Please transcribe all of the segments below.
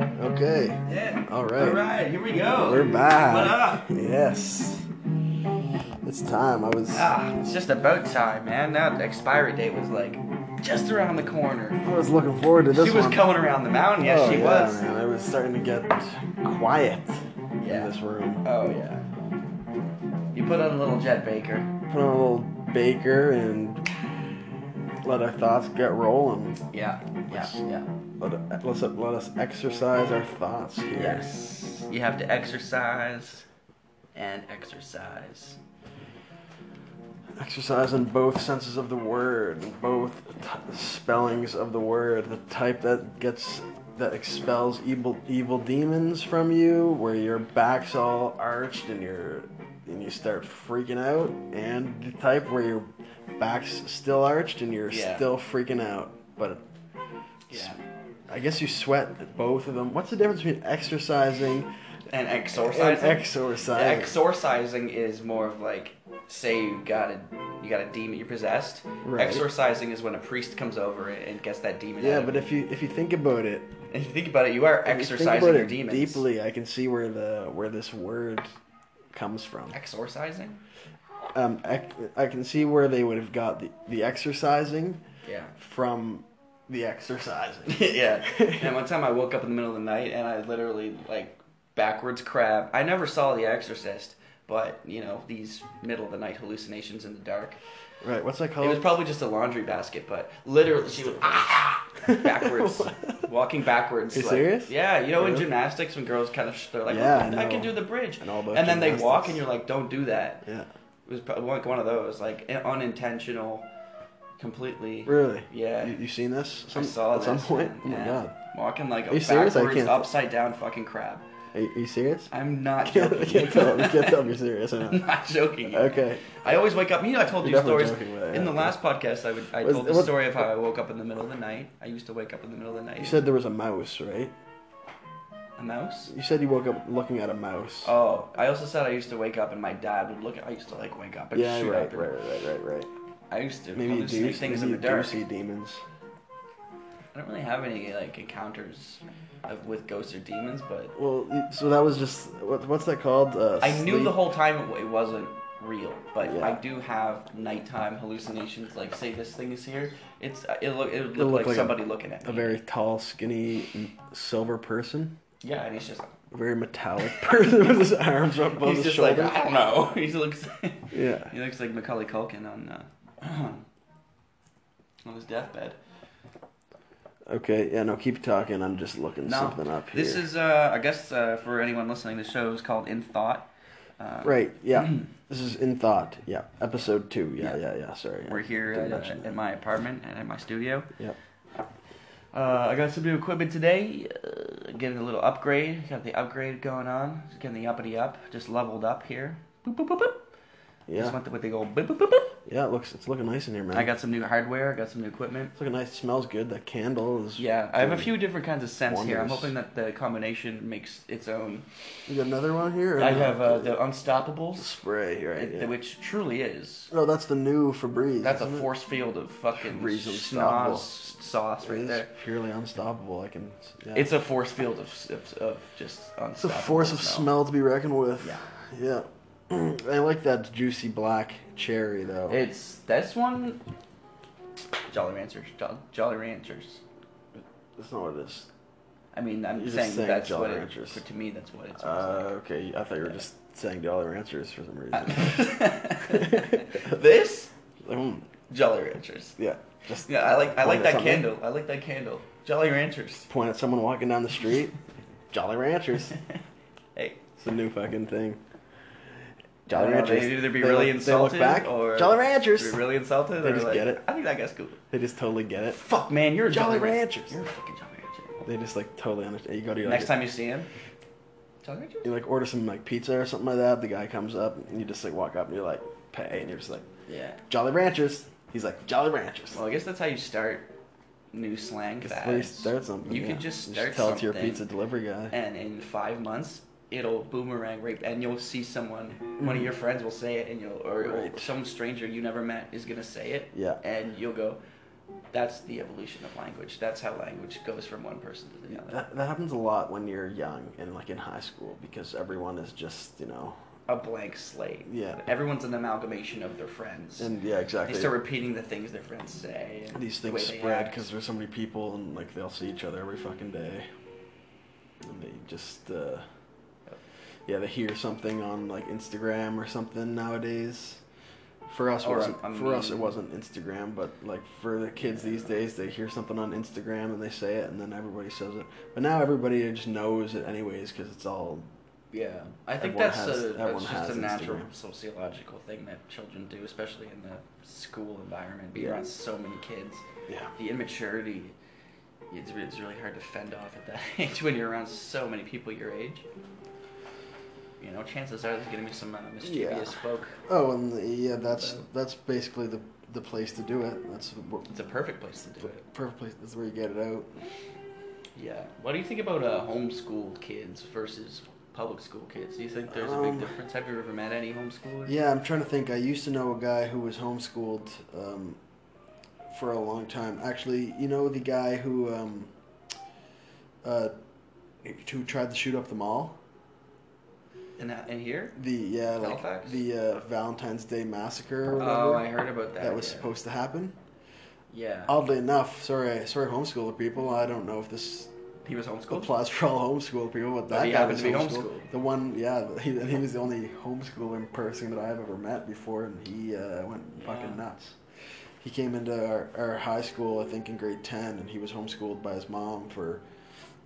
right. Yeah. All right. All right. Here we go. We're back. What up? Yes. It's time. I was. Ah, it's just about time, man. Now the expiry date was like just around the corner. I was looking forward to this she was one. coming around the mountain. Yes, oh, she yeah, was. Man, it was starting to get quiet in Yeah. this room. Oh yeah. You put on a little Jet Baker. Put on a little baker and let our thoughts get rolling. Yeah. Yeah. Yeah. Let, let's, let us exercise our thoughts here. Yes. You have to exercise and exercise. Exercise in both senses of the word, both t- spellings of the word. The type that gets that expels evil evil demons from you, where your back's all arched and you're and you start freaking out, and the type where your back's still arched and you're Yeah. still freaking out. But Yeah. I guess you sweat at both of them. What's the difference between exercising And and exorcising. exorcising? Exorcising is more of like, say you got a you got a demon you're possessed. Right. Exorcising is when a priest comes over and gets that demon. yeah, out of but you. if you if you think about it, if you think about it, you are If you think exorcising about your it demons. Deeply, I can see where the where this word comes from. Exorcising. Um, ec- I can see where they would have got the, the exercising Yeah. from the exercising. yeah. And one time I woke up in the middle of the night and I literally like backwards crab. I never saw The Exorcist, but you know these middle of the night hallucinations in the dark. right. What's that It was called? probably just a laundry basket, but literally she was ah, backwards, walking backwards. You like- serious? Yeah, you know in Really? gymnastics when girls kind of sh- they're like, Yeah, "Oh, I I, can know. do the bridge, And all about and then they walk gymnastics. and you're like, don't do that. yeah. It was probably like one of those, like an unintentional, completely. Really. Yeah. You, you seen this? I Some, saw at this. some point. man, Oh my yeah. god. Walking like a you serious? I backwards, can't- upside down fucking crab. Are, you- are you serious? I'm not can't, joking. I can't tell. I can't tell if you're serious or I'm not. not joking. Okay. I always wake up. You know, I told You're you definitely stories joking with that, in the yeah. last podcast. I would I Was- told the was- story of how I woke up in the middle of the night. I used to wake up in the middle of the night. You said there was a mouse, right? a mouse. You said you woke up looking at a mouse. Oh, I also said I used to wake up and my dad would look. at I used to like wake up and yeah. shoot Right. up. Right. and- Right. Right. Right. I used to Maybe you hallucinate do. things Maybe you in the dark. do see demons. I don't really have any like encounters of, with ghosts or demons, but Well, y- so that was just what, what's that called? Uh, I knew sleep- the whole time it, it wasn't real, but Yeah. I do have nighttime hallucinations. Like, say this thing is here. It's it look it would It'll look look like, like a- somebody looking at me. a very tall, skinny, m- silver person, yeah, and he's just a very metallic person with his arms up above he's his just shoulders. like "Ah." I don't know. He looks yeah, he looks like Macaulay Culkin on uh, on his deathbed. okay, yeah, no, keep talking. I'm just looking No, something up here. This is uh, I guess uh, for anyone listening, the show is called In Thought. Uh, right. Yeah, this is in thought. Yeah, episode two. Yeah, yeah, yeah. sorry, We're here Didn't at, mention at that. my apartment and at my studio. Yep. Uh, I got some new equipment today. Uh, getting a little upgrade. Got the upgrade going on. Just getting the uppity up. Just leveled up here. Boop, boop, boop, boop. Just Yeah, went with the old boop, boop, boop, boop. yeah. It looks it's looking nice in here, man. I got some new hardware. I got some new equipment. it's looking nice. It smells good. The candle is. Yeah, I have a few different kinds of scents here. I'm Wonders. hoping that the combination makes its own. You got another one here. or I no? have uh, the Unstoppables, spray right. it- yeah. which truly is. No, that's the new Febreze. That's a isn't it? force field of fucking Breeze schnoz Unstoppable. sauce right It's there. purely unstoppable. I can. Yeah. It's a force field of of, of just It's a force of smell to be reckoned with. Yeah. Yeah. I like that juicy black cherry though. It's this one. Jolly Ranchers, Jolly, Jolly Ranchers. That's not what it is. I mean, I'm You're just saying saying that's Jolly what it, Ranchers. for to me that's what it's. Uh, okay, I thought you were Yeah. just saying Jolly Ranchers for some reason. Uh, this Like, mm, Jolly Ranchers. yeah. Just Yeah, I like I like point at that something. candle. I like that candle. Jolly Ranchers. Point at someone walking down the street. Jolly Ranchers. Hey, It's a new fucking thing. I Jolly don't know, Ranchers. They either be look- really they insulted look back. or Jolly Ranchers. Be really insulted. They or just like, get it. I think that guy's cool. They just totally get it. Fuck, man, you're a Jolly Jolly, Ranchers. You're a fucking Jolly Rancher. They just like totally understand. You go to your Next time you see him, Jolly Rancher. you like order some like pizza or something like that. The guy comes up and you just like walk up and you're like pay and you're just like Yeah. Jolly Ranchers. He's like Jolly Ranchers. Well, I guess that's how you start new slang. That's fads. how you start something. You yeah. can just You start tell something. it to your pizza delivery guy. And in five months, it'll boomerang rape, and you'll see someone, one of your friends will say it, and you'll, or, or Mm. Right. some stranger you never met is gonna say it. Yeah. And you'll go, That's the evolution of language. That's how language goes from one person to the other. That, that happens a lot when you're young and like in high school because everyone is just you know A blank slate. Yeah. Everyone's an amalgamation of their friends. and yeah they exactly start repeating the things their friends say. And these the things way they spread act. because there's so many people and like they'll see each other every fucking day and they just uh yeah they hear something on like instagram or something nowadays for us Or a- wasn't, a for us it meme. wasn't instagram but like for the kids these days they hear something on instagram and they say it and then everybody says it but now everybody just knows it anyways because it's all Yeah, I think Everyone that's, has- a, everyone that's just has a natural Instagram. sociological thing that children do, especially in the school environment. Being Yeah. around so many kids, yeah the immaturity, it's, re- it's really hard to fend off at that age when you're around so many people your age. You know, chances are there's going to be some uh, mischievous folk. oh and the, yeah that's that's basically the the place to do it that's It's a perfect place to do the it. perfect place that's where you get it out Yeah. What do you think about uh, homeschool kids versus public school kids? Do you think there's a Um, big difference? Have you ever met any homeschoolers? Yeah, I'm trying to think. I used to know a guy who was homeschooled um, for a long time. Actually, you know the guy who um, uh, who tried to shoot up the mall. In, that- in here? The yeah, like Halifax? the uh, Valentine's Day massacre. Or whatever, Oh, I heard about that. that was yeah. supposed to happen. Yeah. Oddly enough, sorry, sorry, homeschooler people. I don't know if this He was homeschooled. applies for all homeschool people, But but that he guy happened was to be homeschooled. homeschooled. The one, yeah, he, he was the only homeschooling person that I've ever met before, and he uh, went Yeah. fucking nuts. He came into our, our high school, I think, in grade ten, and he was homeschooled by his mom for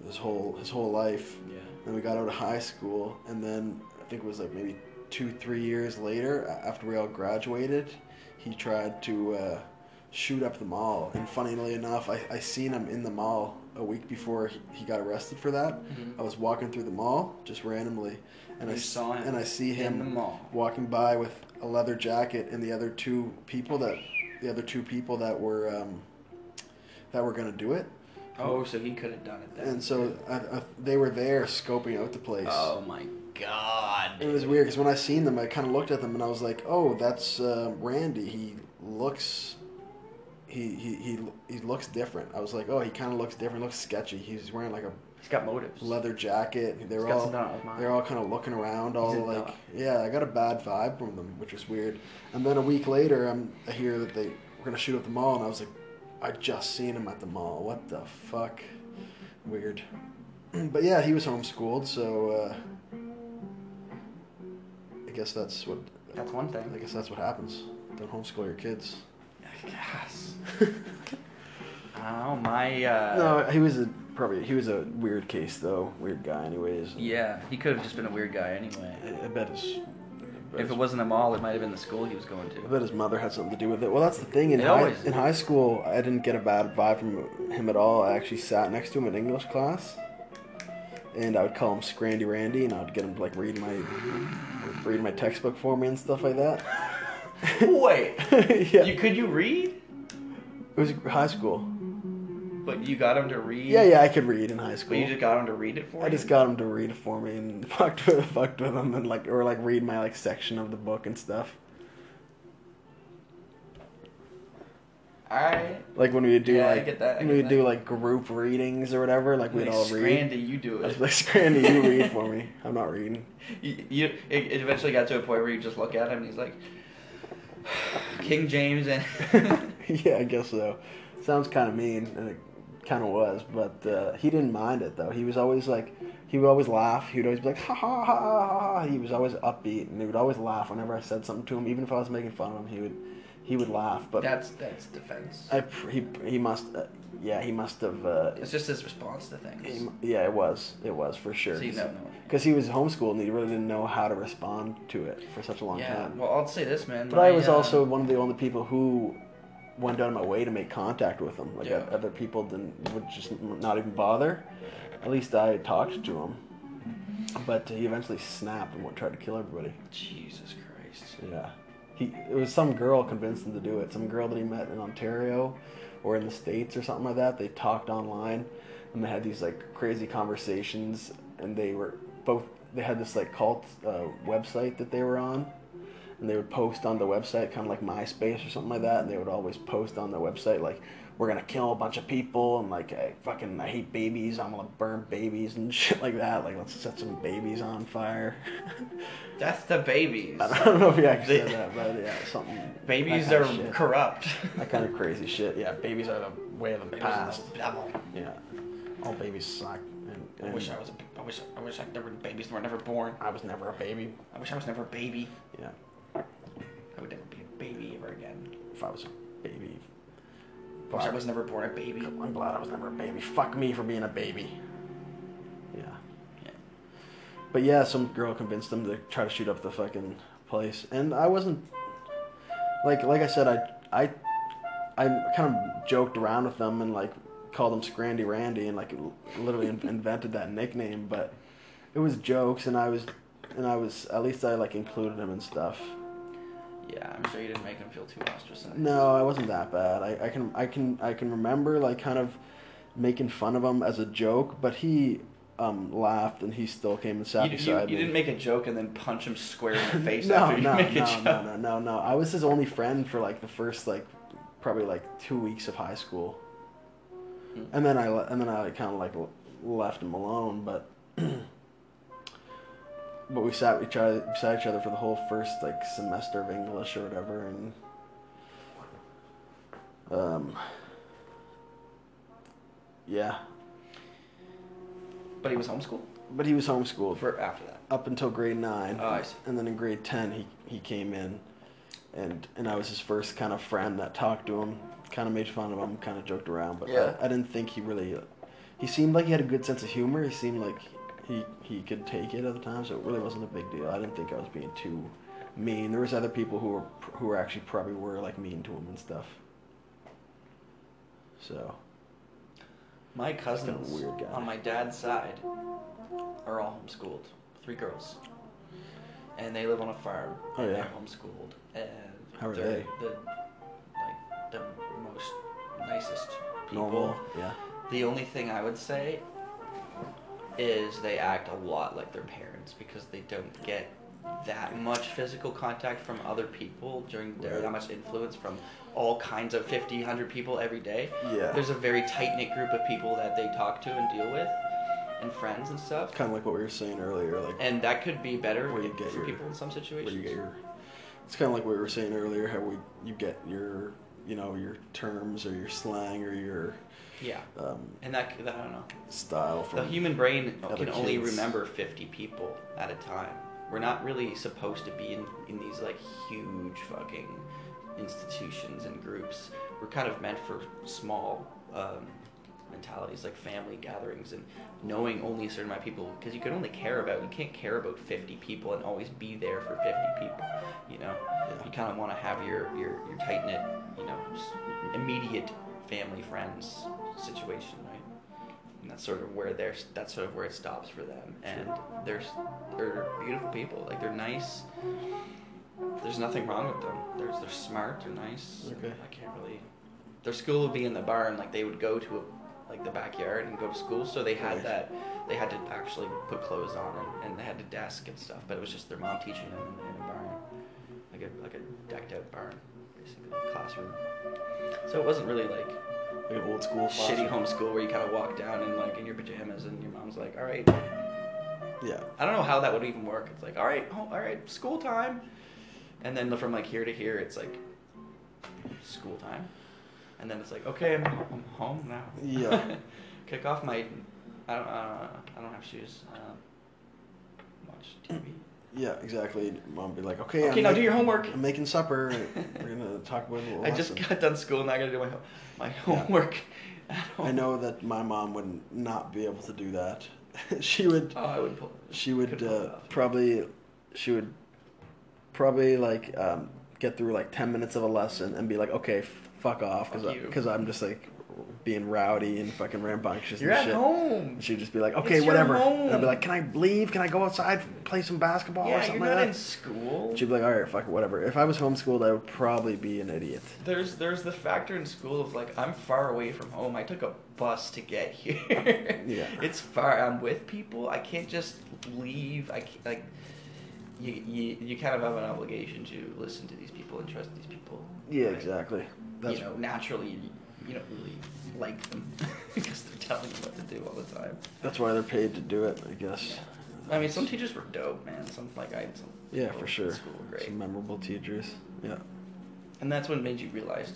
his whole his whole life. Yeah. Then we got out of high school, and then I think it was like maybe two, three years later, a- after we all graduated, he tried to uh, shoot up the mall. And funnily enough, I, I seen him in the mall a week before he, he got arrested for that. I was walking through the mall just randomly, and I You s- saw him and I see him in the mall. walking by with a leather jacket, and the other two people that the other two people that were um, that were gonna do it. Oh, so he could have done it then. And so I, I, they were there scoping out the place. Oh my God. It was weird because when I seen them, I kind of looked at them and I was like, "Oh, that's uh, Randy. He looks, he, he he he looks different." I was like, "Oh, he kind of looks different. Looks sketchy. He's wearing like a He's got motives. leather jacket. They're He's got all something on his mind. they're all kind of looking around, all in like, thought. yeah. I got a bad vibe from them, which was weird. And then a week later, I'm I hear that they were gonna shoot up the mall, and I was like, I just seen him at the mall. What the fuck? Weird. but yeah, he was homeschooled, so uh, I guess that's what That's one thing. I guess that's what happens. Don't homeschool your kids. I guess. oh my. Uh, no, he was a probably he was a weird case though, weird guy, anyways. Yeah, he could have just been a weird guy anyway. I, I bet his. I If bet his it wasn't a mall, it might have been the school he was going I to. bet his mother had something to do with it. Well, that's the thing. In It high, always- in high school, I didn't get a bad vibe from him at all. I actually sat next to him in English class, and I would call him Scrandy Randy, and I'd get him to like read my read my textbook for me and stuff like that. Wait. yeah, You could you read? it was high school. But you got him to read. Yeah, yeah, I could read in high But you school. just got him to read it for I you. just got him to read it for me and fucked with fucked with him and like or like read my like section of the book and stuff. All right. Like when we would do Yeah, I like get that, I when get we would that. do like group readings or whatever. Like we'd Like, all read. Scrandy, you do I it. was like, Scranton, you read for me. I'm not reading. you, you it, it eventually got to a point where you just look at him and he's like King James and yeah, I guess so. Sounds kind of mean, and it kind of was, but uh, he didn't mind it though. He was always like, he would always laugh. He would always be like, ha ha ha ha. ha. He was always upbeat, and he would always laugh whenever I said something to him. Even if I was making fun of him, he would, he would laugh. But that's that's defense. I, pr- he, he must, uh, yeah, he must have. Uh, It's just his response to things. he, yeah, it was, it was for sure. So you don't know. Because he was homeschooled, and he really didn't know how to respond to it for such a long yeah. time. Well, I'll say this, man. But I my, was uh, also one of the only people who went out of my way to make contact with them. Like Yeah. other people didn't would just not even bother. At least I talked to him. But he eventually snapped and tried to kill everybody. Jesus Christ. Yeah, he it was some girl convinced him to do it. Some girl that he met in Ontario or in the states or something like that. They talked online and they had these like crazy conversations. And they were both they had this like cult uh, website that they were on. And they would post on the website, kind of like MySpace or something like that. And they would always post on the website, like, we're gonna kill a bunch of people and like I fucking I hate babies. I'm gonna burn babies and shit like that. Like let's set some babies on fire. That's the babies. I don't know if he actually said that, but yeah, something. that Babies kinda are shit. corrupt. That kind of crazy shit. Yeah, babies are the way of the past. Devil. Yeah, all babies suck. And, I and wish I was. A, I wish. I wish I never. Babies were never born. I was never a baby. I wish I was never a baby. Yeah, I would never be a baby ever again. if I was a baby. I wish I Fuck. was never born a baby. I'm glad I was never a baby. Fuck me for being a baby. Yeah. Yeah. But yeah, some girl convinced them to try to shoot up the fucking place, and I wasn't like like I said, I I I kind of joked around with them and like called them Scrandy Randy and like l- literally in- invented that nickname, but it was jokes, and I was and I was at least I like included him and stuff. Yeah, I'm sure you didn't make him feel too ostracized. No, I wasn't that bad. I, I can I can I can remember like kind of making fun of him as a joke, but he um laughed and he still came and You, sat you, beside you me. didn't make a joke and then punch him square in the face no, after you no, make no, a joke. no, no, no, no. I was his only friend for like the first like probably like two weeks of high school, Hmm. and then I le- and then I like, kind of like l- left him alone. But but we sat each other beside each other for the whole first like semester of English or whatever, and um yeah. But he was homeschooled But he was homeschooled for after that. up until grade nine. Oh, I see. And then in grade ten, he he came in, and and I was his first kind of friend that talked to him, kind of made fun of him, kind of joked around, but Yeah. I, I didn't think he really. He seemed like he had a good sense of humor. He seemed like he he could take it at the time, so it really wasn't a big deal. I didn't think I was being too mean. There was other people who were who were actually probably were like mean to him and stuff. So My cousins weird guy. on my dad's side are all homeschooled. Three girls. And they live on a farm. Oh, and yeah. They're homeschooled. And How are they're they? The, like, the most nicest people. normal, yeah. The only thing I would say is they act a lot like their parents because they don't get that much physical contact from other people during their Right. that much influence from all kinds of 50 100 people every day Yeah. there's a very tight-knit group of people that they talk to and deal with and friends and stuff Kind of like what we were saying earlier, like and that could be better Where you get for your- people in some situations where you get your it's kind of like what we were saying earlier how we you get your you know your terms or your slang or your yeah um, and that, c- that i don't know style from The human brain other can only kids. remember 50 people at a time. We're not really supposed to be in, in these like huge fucking institutions and groups. We're kind of meant for small um, mentalities, like family gatherings and knowing only a certain amount of people because you can only care about, you can't care about 50 people and always be there for 50 people, you know? Yeah. You kind of want to have your, your, your tight knit, you know, s- immediate family, friends situation, right? And that's sort of where they're, that's sort of where it stops for them. And they're, s- they're beautiful people. Like they're nice. There's nothing wrong with them. They're, they're smart. They're nice. Okay. I can't really. Their school would be in the barn. Like they would go to a, like the backyard and go to school. So they had Right. that. They had to actually put clothes on and, and they had a desk and stuff. But it was just their mom teaching them in, in a barn, like a like a decked out barn, basically classroom. So it wasn't really like like an old school shitty classroom. homeschool where you kind of walk down and like in your pajamas and your mom's like, all right, yeah I don't know how that would even work. It's like, all right, home, all right, school time, and then from like here to here, it's like school time, and then it's like, okay, I'm, I'm home now. Yeah. Kick off my, I don't, I don't, I don't have shoes. Um, watch TV. yeah exactly mom would be like okay Okay, now do your making- homework. i'm making supper we're gonna talk about the I just lesson. got done school and I gotta do my ho- my homework. at home. i know that my mom would not be able to do that she would Oh, I would pull. she could would pull uh, it off. probably she would probably like um, get through like 10 minutes of a lesson and be like okay f- fuck off Fuck you. because i'm just like being rowdy and fucking rambunctious You're and at shit home. And she'd just be like okay It's your whatever home. and i'd be like can i leave can i go outside play some basketball or Yeah, something you're not like in that school. she'd be like all right fuck it, whatever if i was homeschooled i would probably be an idiot There's there's the factor in school of like I'm far away from home. I took a bus to get here. Yeah. It's far. I'm with people. I can't just leave. I can't, like you, you you kind of have an obligation to listen to these people and trust these people. yeah Right? exactly that's you know, naturally you, you don't really like them because they're telling you what to do all the time. That's why they're paid to do it, I guess. I mean, some teachers were dope, man. Some like I had some. Yeah, people for at sure. School were great, Some memorable teachers. Yeah. and that's what made you realize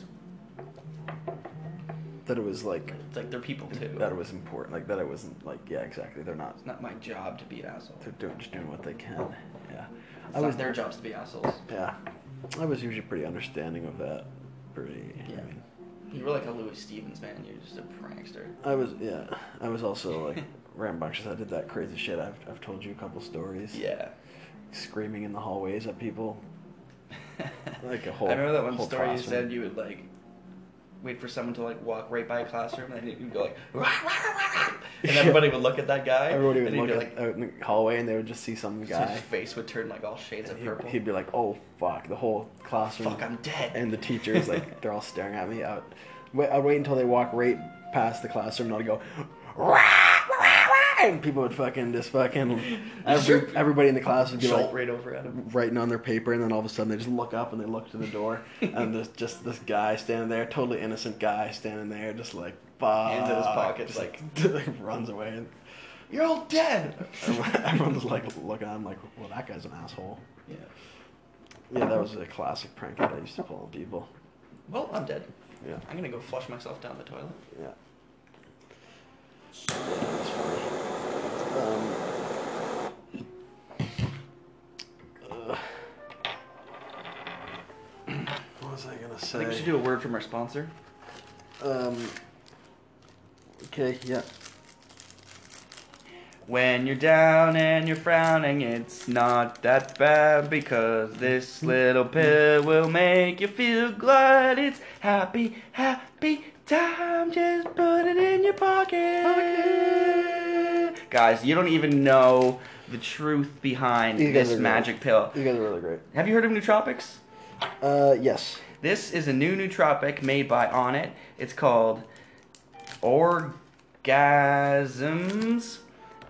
That it was like, like, it's like they're people too. that it was important. Like, that it wasn't like, yeah, exactly. They're not, It's not my job to be an asshole. they're doing, just doing what they can. Yeah. It's I was not their jobs to be assholes. Yeah. I was usually pretty understanding of that. Pretty. I Yeah. mean, You were like a Louis Stevens man. You're just a prankster. I was, yeah. I was also like rambunctious. I did that crazy shit. I've, I've told you a couple stories. Yeah. Screaming in the hallways at people. Like a whole- I remember that one whole story you classroom. said you would like wait for someone to like walk right by a classroom and then you'd go like "Rah, rah, rah, rah, rah," and Yeah. everybody would look at that guy. Everybody would and he'd be look at, out in the hallway and they would just see some so guy. his face would turn like all shades And of he'd- purple. He'd be like, "Oh fuck!" The whole classroom. Fuck, I'm dead. And the teachers, like, they're all staring at me. Out. Wait, I'd wait until they walk right past the classroom, and I'd go, "Rah, rah, rah," and people would fucking just fucking every, Sure. everybody in the class would be jolt like right over at him. writing on their paper, and then all of a sudden they just look up and they look to the door, and there's just this guy standing there, totally innocent guy standing there, just like fuck, Hands in his pockets, just, like runs away. And, You're all dead. Everyone's like looking at him like, well, that guy's an asshole. yeah. Yeah, that was a classic prank that I used to pull on people. Well, I'm dead. Yeah, I'm gonna go flush myself down the toilet. yeah. That's funny. Um, uh, what was I gonna I think we say? should do a word from our sponsor. um, okay, yeah. When you're down and you're frowning, it's not that bad because this little pill will make you feel glad. It's happy, happy time. Just put it in your pocket. Guys, you don't even know the truth behind You guys this are great. magic pill. You guys are really great. Have you heard of nootropics? Uh, yes. This is a new nootropic made by Onnit. It's called Orgasms.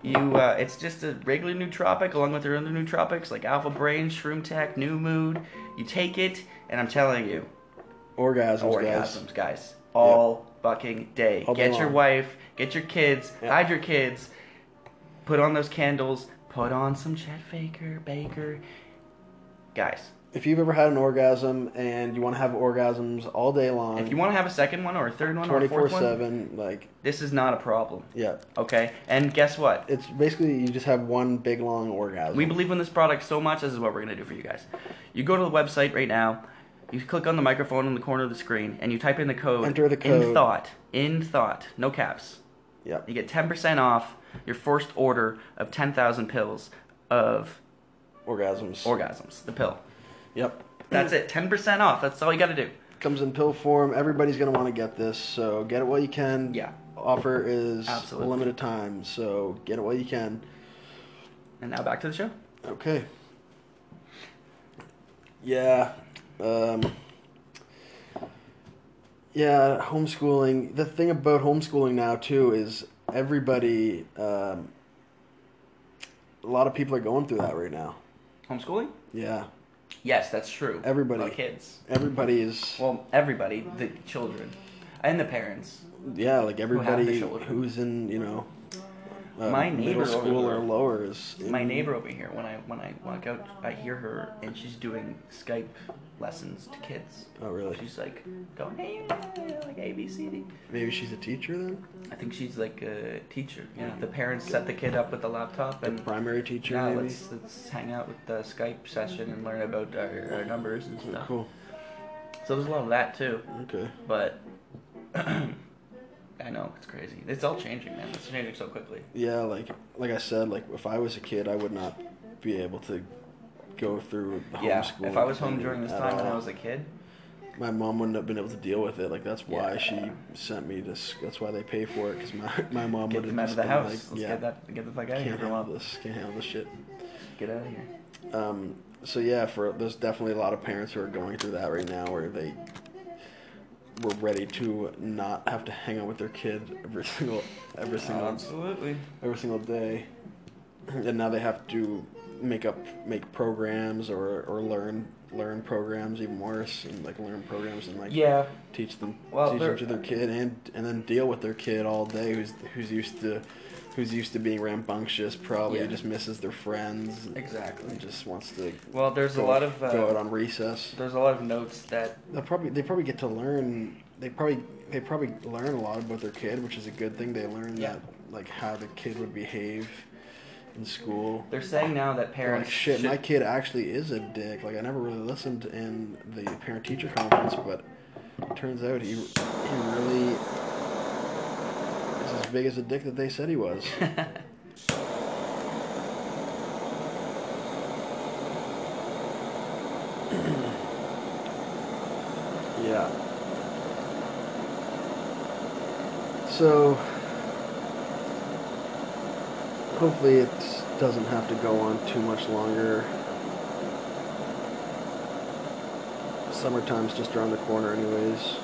You, uh, it's just a regular nootropic along with their other nootropics like Alpha Brain, Shroom Tech, New Mood. You take it, and I'm telling you, Orgasms, guys. orgasms, guys. All fucking day. All day get your long. wife, get your kids, Yeah. hide your kids, put on those candles, put on some Chet Faker, Baker. Guys, If you've ever had an orgasm and you want to have orgasms all day long, if you want to have a second one or a third one or a twenty-four fourth one, seven, like This is not a problem. yeah, Okay? And guess what? it's basically you just have one big long orgasm. We believe in this product so much, this is what we're gonna do for you guys. You go to the website right now, you click on the microphone in the corner of the screen, and you type in the code Enter the in code. thought. In thought. No caps. yeah, You get ten percent off your first order of ten thousand pills of orgasms. orgasms. The pill. yep, That's it. Ten percent off. That's all you gotta do. comes in pill form. Everybody's gonna want to get this, so get it while you can. Yeah. offer is Absolutely. limited time, so get it while you can. And now back to the show. Okay. Yeah. Um, yeah, homeschooling. The thing about homeschooling now, too, is everybody, um, a lot of people are going through that right now. Homeschooling? Yeah. Yes, that's true. Everybody. The kids. Everybody is, Well, everybody, the children. And the parents. yeah, like have the everybody children. who's in, you know, uh, My neighbor middle school over- or lower is. in- my neighbor over here when i when i walk out i hear her and she's doing skype lessons to kids Oh, really? she's like going hey yeah," like abcd Maybe she's a teacher then? i think she's like a teacher yeah the parents set the kid up with the laptop A and primary teacher, now maybe? let's let's hang out with the skype session and learn about our, our numbers and stuff Cool. so there's a lot of that too Okay. but i know it's crazy it's all changing man it's changing so quickly yeah like like i said like if i was a kid i would not be able to go through homeschool yeah if i was home during this time when i was a kid my mom wouldn't have been able to deal with it like that's why Yeah. she sent me to s- that's why they pay for it because my, my mom Get would have them out of just the been house. like Let's yeah get that. Get the fuck out of here, can't handle everyone. this can't handle this shit Get out of here. um so yeah for there's definitely a lot of parents who are going through that right now where they were ready to not have to hang out with their kid every single every single Absolutely. every single day and now they have to make up make programs or or learn learn programs even worse and like learn programs and like Yeah. teach them Well, teach them they're- to their kid and and then deal with their kid all day who's who's used to who's used to being rambunctious probably Yeah. just misses their friends and- Exactly. and just wants to Well, there's a go- lot of go out uh, on recess there's a lot of notes that they'll probably they probably get to learn they probably they probably learn a lot about their kid which is a good thing they learn Yeah. that like how the kid would behave in school They're saying now that parents like shit, should- my kid actually is a dick. Like I never really listened in the parent teacher conference, but it turns out he he really is as big as a dick that they said he was. yeah. So hopefully it doesn't have to go on too much longer. Summertime's just around the corner, anyways.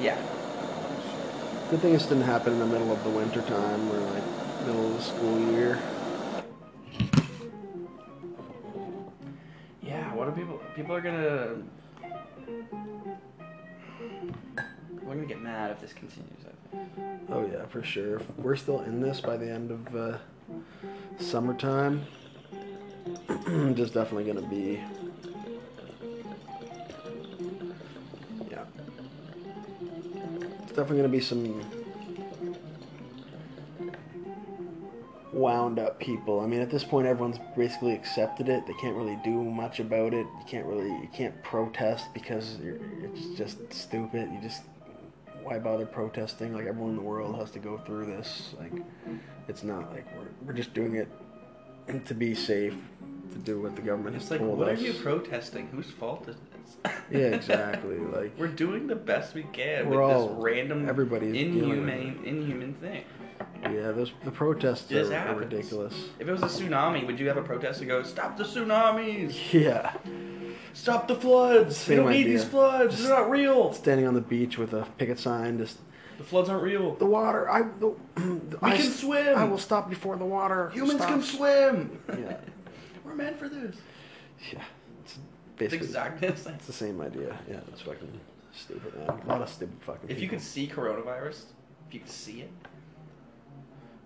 yeah. Good thing this didn't happen in the middle of the winter time or like middle of the school year. yeah, what do people people are gonna We're gonna get mad if this continues. I think. Oh yeah, for sure. If we're still in this by the end of uh, summertime, there's definitely gonna be. Yeah. It's definitely gonna be some wound up people. I mean, at this point, everyone's basically accepted it. They can't really do much about it. You can't really, you can't protest because you're, it's just stupid. You just why bother protesting? Like everyone in the world has to go through this. Like it's not like we're we're just doing it to be safe, to do what the government It's has like, told what us. are you protesting? Whose fault is this? yeah, exactly. Like We're doing the best we can We're with all- this random, everybody's dealing with inhumane, inhuman thing. yeah, those the protests This are, are happens. ridiculous. If it was a tsunami, would you have a protest and go, "Stop the tsunamis! Yeah. Stop the floods! Same we don't idea. need these floods. They're not real. Standing on the beach with a picket sign, just The floods aren't real. the water. I the, We I can s- swim. I will stop before the water. Humans can stops." swim. Yeah. We're meant for this. Yeah, it's It's basically exactly the same. it's the same idea. Yeah, it's fucking stupid. Man. A lot of stupid fucking. If you people. could see coronavirus, if you could see it,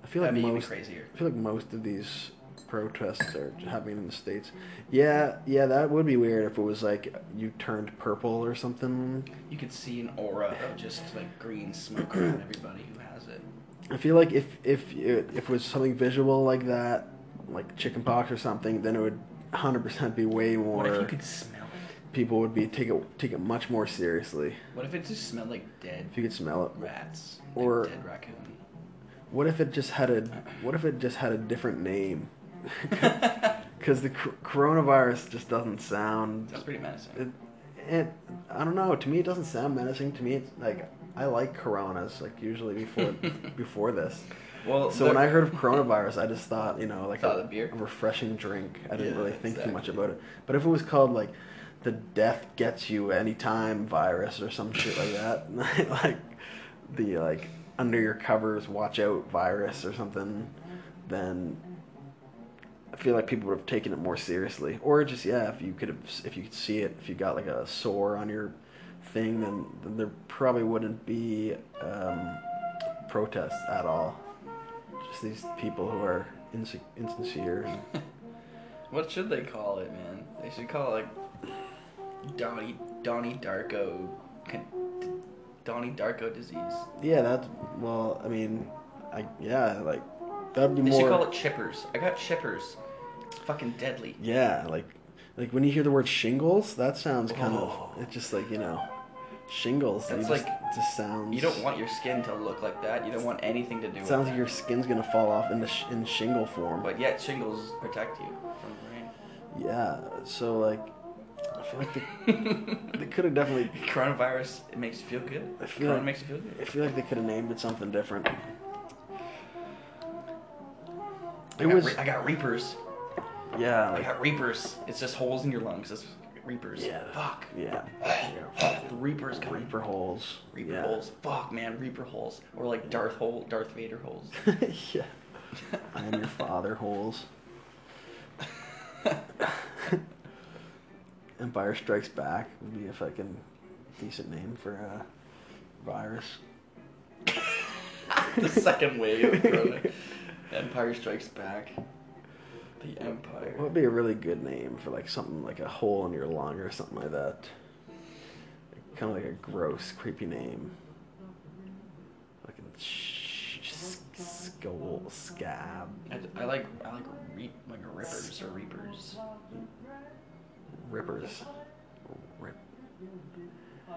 I feel like that'd be most. even crazier. I feel like most of these protests are happening in the states. Yeah, yeah, that would be weird if it was like you turned purple or something. You could see an aura of just like green smoke around everybody who has it. I feel like if if it, if it was something visual like that, like chickenpox or something, then it would 100% be way more. What if you could smell it? people would be take it take it much more seriously What if it just smelled like dead if you could smell it. rats Or- or dead raccoon? What if it just had a What if it just had a different name? Because the cr- coronavirus just doesn't sound. That's pretty menacing. It, it, I don't know. To me, it doesn't sound menacing. To me, it's like I like coronas. Like usually before before this. well, So when I heard of coronavirus, I just thought you know like Thought a, of beer. a refreshing drink. I didn't Yeah, really think too much exactly. about it. But if it was called like the death gets you anytime virus or some shit like that, like the like under your covers watch out virus or something, then I feel like people would have taken it more seriously. Or just yeah, if you could have if you could see it, if you got like a sore on your thing, then, then there probably wouldn't be um, protests at all. Just these people who are insi- insincere. and- what should they call it, man? They should call it like Donnie Donnie Darko, con- Donnie Darko disease. yeah, that's well. I mean, I yeah, like that'd be They more. should call it chippers. I got chippers. Fucking deadly. Yeah, like like when you hear the word shingles, that sounds kind Oh. of it's just like you know shingles. That's you just, like- it just sounds. You don't want your skin to look like that. You don't want anything to do It with sounds that. like your skin's gonna fall off in the sh- in shingle form. But yet shingles protect you from rain. yeah, so like I feel like they, they could have definitely. Coronavirus, it makes you feel good. Corona I feel like- makes you feel good. I feel like they could have named it something different. I It got, was re- I got reapers. yeah, I like, got Oh, reapers. It's just holes in your lungs. It's reapers. Yeah. Fuck. yeah, The reapers coming. reaper holes, Reaper yeah. holes. Fuck, man. Reaper holes. Or like Darth hole, Darth Vader holes. yeah. and your father holes. Empire Strikes Back would be a fucking decent name for a virus. the second wave of Corona. Empire Strikes Back. The Empire. What would be a really good name for like something like a hole in your lung or something like that? Kind of like a gross, creepy name. Fucking sh- sh- skull scab I, I like I like re, like rippers or reapers. Um, rippers. Rip. I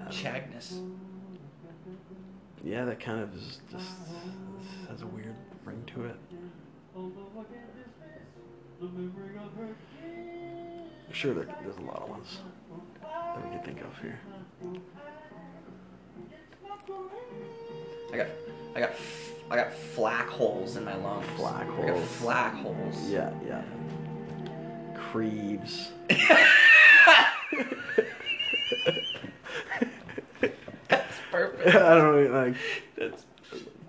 don't- Chagnus. Yeah, that kind of is just has a weird ring to it. I'm sure there, there's a lot of ones that we could think of here. I got I got f- I got flack holes in my lungs. I Flack got holes. flack holes. Yeah, yeah. Creeves. That's perfect. I don't know, like That's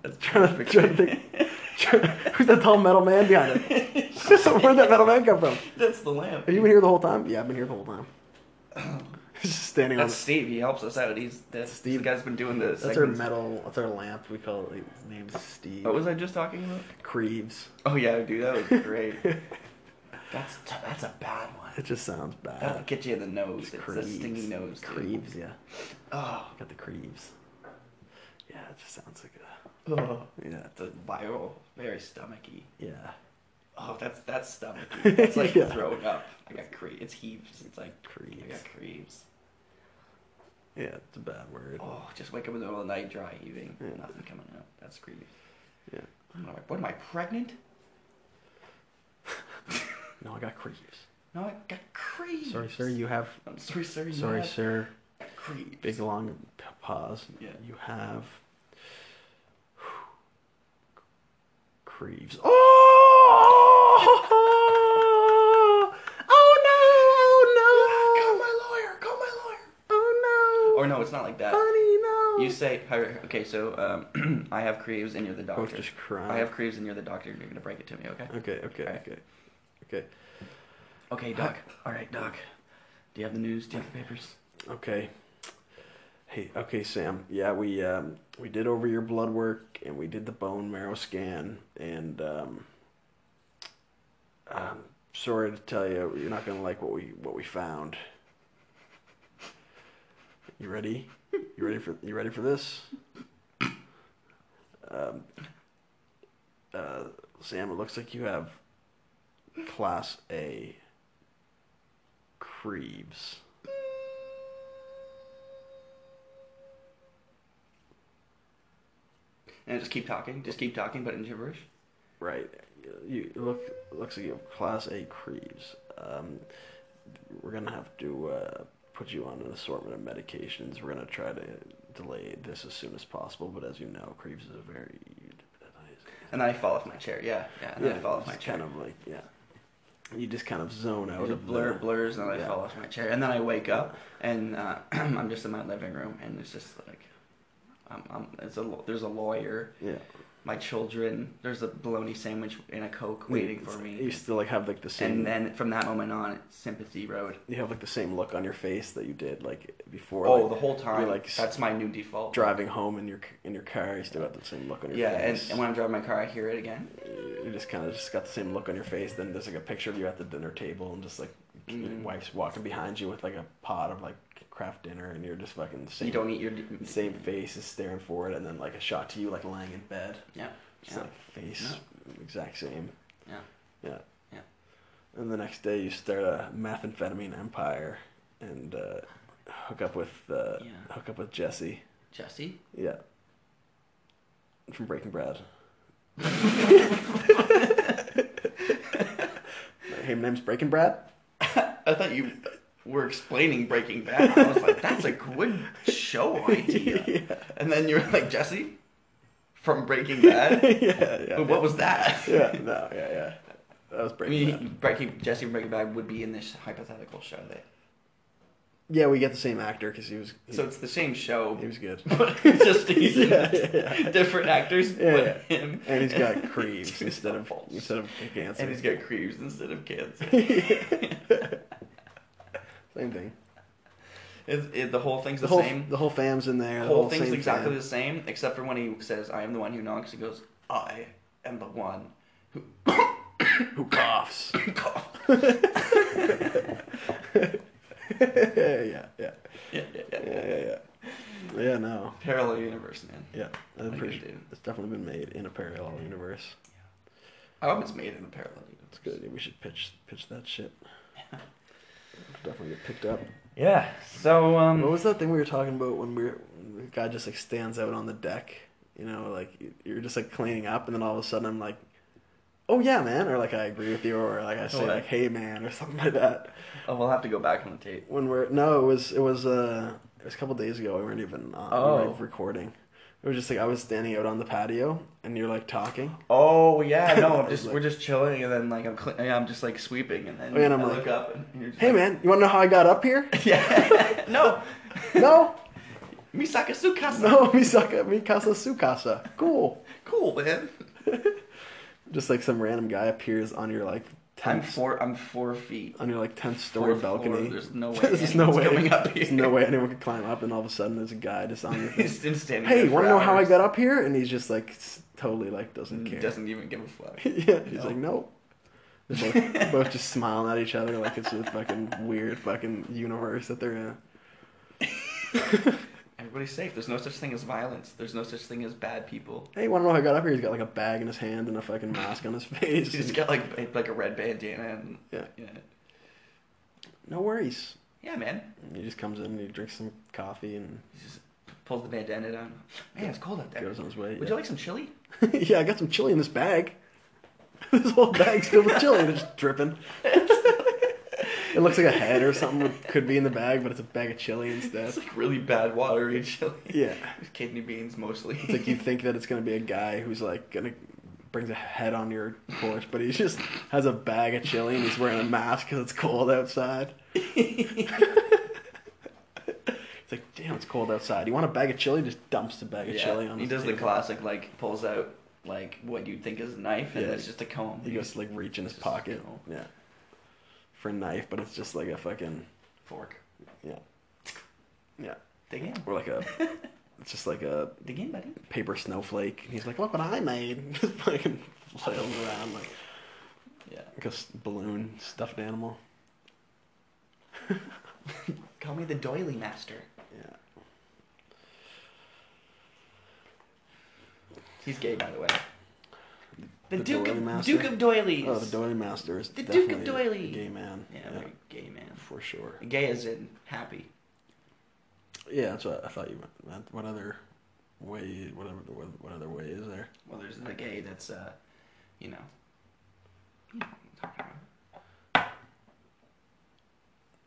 that's trying to, perfect. trying to think. Trying, who's that tall metal man behind it? Where'd that metal man come from? That's the lamp. Have you been here the whole time? Yeah, I've been here the whole time. Just standing That's on. Steve. He helps us out. He's that's Steve. Steve. The guy's been doing The, this. that's our metal. That's our lamp. We call it. Like, his name's Steve. What was I just talking about? Creeves. Oh yeah, dude, that was great. that's t- that's a bad one. It just sounds That'll bad. Oh, get you in the nose. It's It's, a stingy nose. dude. Creeves, yeah. Oh, Got the creeves. Yeah, it just sounds like a. oh, Yeah, the viral, very stomachy. yeah. Oh, that's that's stomachy. That's like Yeah. throwing up. I got cre. It's heaves. It's like I Creeves. got creeves. Yeah, it's a bad word. Oh, just wake up in the middle of the night, dry heaving, Yeah. nothing coming out. That's creeves. Yeah. I'm like, what am I pregnant? No, I got creeves. No, I got creeves. Sorry, sir. You have. I'm sorry, sir. You Sorry, have sir. Creeves. Big long p- pause. Yeah. You have. Creeves. Oh! Call Oh no! Oh my lawyer. Call my lawyer. no! Oh no! Or no, it's not like that. Honey, no! You say, okay, so um, I have creeves and you're the I was doctor. just crying. I have creeves and you're the doctor. and You're gonna break it to me, okay? Okay, okay, Alright. okay, okay, Okay, doc. All right, doc. Do you have the news? Do you have the papers? okay. Hey, okay, Sam. Yeah, we um, we did over your blood work and we did the bone marrow scan and um, um, sorry to tell you, you're not gonna like what we what we found. You ready? You ready for you ready for this? Um, uh, Sam, it looks like you have class A creeves. And just keep talking. Just keep talking, but in gibberish. Right. You look looks like you have class A creeves. Um, we're gonna have to uh, put you on an assortment of medications. We're gonna try to delay this as soon as possible. But as you know, creeves is a very And then I fall off my chair. Yeah, yeah. And then I fall off my it's chair. kind of like yeah. You just kind of zone out It of blur, the- blurs, and then yeah. I fall off my chair. And then I wake up, and uh, I'm just in my living room, and it's just like, I'm, I'm, it's a, law- there's a lawyer, Yeah, my children, there's a bologna sandwich and a Coke waiting for You me. still like have like the same. And then from that moment on, it's Sympathy Road. you have like the same look on your face that you did like before. Oh, like, the whole time. you're, like, s- that's my new default. driving home in your c- in your car. You still have the same look on your Yeah, and, face. and when I'm driving my car, I hear it again. you just kind of just got the same look on your face. Then there's like a picture of you at the dinner table, and just like your Mm. wife's walking behind you with like a pot of like craft dinner, and you're just fucking same, You don't eat your. same face is staring forward, and then like a shot to you like lying in bed, Yeah. just Yeah. like face exact same. Yeah. Yeah. Yeah. And the next day you start a methamphetamine empire and uh, hook up with uh, Yeah. hook up with Jesse. Jesse? Yeah. From Breaking Bad. hey, my name's Breaking Brad. I thought you were explaining Breaking Bad. I was like, that's a good show idea. And then you're like, Jesse? From Breaking Bad? yeah, yeah. But what was that? Yeah, no, yeah, yeah. That was I Breaking mean, Breaking, Jesse from Breaking Bad would be in this hypothetical show that Yeah, we get the same actor because he was he, So it's the same show, he was good. but it's just using Yeah, yeah, yeah. different actors. Yeah, but yeah. him. And he's got creeps Dude, instead of awful. instead of cancer. and he's got creeps instead of cancer. same thing. It's it, the whole thing's The the, whole same. the whole fam's in there. The The whole thing's same exactly fam. the same, except for when he says, "I am the one who knocks." He goes, "I am the one who Who coughs? cough." yeah, yeah, yeah, yeah, yeah. yeah, yeah, yeah. Yeah, no, Parallel universe, man. yeah. I'm Like pretty they sure do. it's definitely been made in a parallel universe. I hope it's made in a parallel universe. It's good. We should pitch pitch that shit. Definitely get picked up. Yeah. So um. What was that thing we were talking about when we were, when the guy just like stands out on the deck? You know, like you're just like cleaning up, and then all of a sudden I'm like, "Oh yeah, man," or like I agree with you, or like I say What? like, "Hey man," or something like that. Oh, we'll have to go back on the tape. When we're no, it was it was uh it was a couple days ago. We weren't even on, we Oh. were, like, recording. It was just like I was standing out on the patio, and you're like talking. Oh yeah, no, I I'm was just like- we're just chilling, and then like I'm cl- I'm just like sweeping, and then Oh, yeah, and I'm I like, look up, and you're just Hey like, man, you want to know how I got up here? yeah, no, no, Misaka Sukasa, no, mi suck mi casa su casa. Cool. cool man. Just like some random guy appears on your like I'm tenth four, I'm four feet. on your like tenth story Fourth floor, balcony. there's no way there's no anyone's way coming up There's here. no way anyone could climb up, and all of a sudden there's a guy just on your. He's been standing hey, there you want for to know how I hours. Mm, got up here? And he's just like s- totally like doesn't care. Doesn't even give a fuck. yeah, he's No. like no. They're both, both just smiling at each other like it's a fucking weird fucking universe that they're in. Everybody's safe. There's no such thing as violence. There's no such thing as bad people. Hey, want to know how I got up here? He's got like a bag in his hand and a fucking mask on his face. He's just got like a- like a red bandana and Yeah. yeah, no worries. yeah, man. And he just comes in and he drinks some coffee and He just pulls the bandana down. Man, it's cold out there. goes on his way. Would yeah. you like some chili? yeah, I got some chili in this bag. this whole bag's filled with chili and it's just dripping. it looks like a head or something that could be in the bag, but it's a bag of chili instead. It's like really bad watery chili. Yeah. With kidney beans mostly. It's like you think that it's gonna be a guy who's like gonna brings a head on your porch, but he just has a bag of chili and he's wearing a mask because it's cold outside. It's like, damn, it's cold outside. You want a bag of chili? Just dumps the bag of Yeah, chili on. He his does the table. classic, like pulls out like what you'd think is a knife, and Yeah. it's just a comb. He goes to like reach in his pocket. Yeah. For a knife, but it's just like a fucking fork. yeah. Yeah. Dig in, Or like a it's just like a dig in, buddy. paper snowflake. And he's like, Look what I made Just fucking flails around like Yeah. like a s- balloon stuffed animal. Call me the doily master. Yeah. He's gay, by the way. The, The Duke doily of master? Duke of Doilies. Oh, the Doily Master is The Duke of definitely Doily. a gay man. yeah, very gay man. for sure. Gay as in happy. Yeah, that's what I thought you meant. What other way? Whatever. What, what other way is there? Well, there's the gay that's, uh, you know. you know what I'm talking about.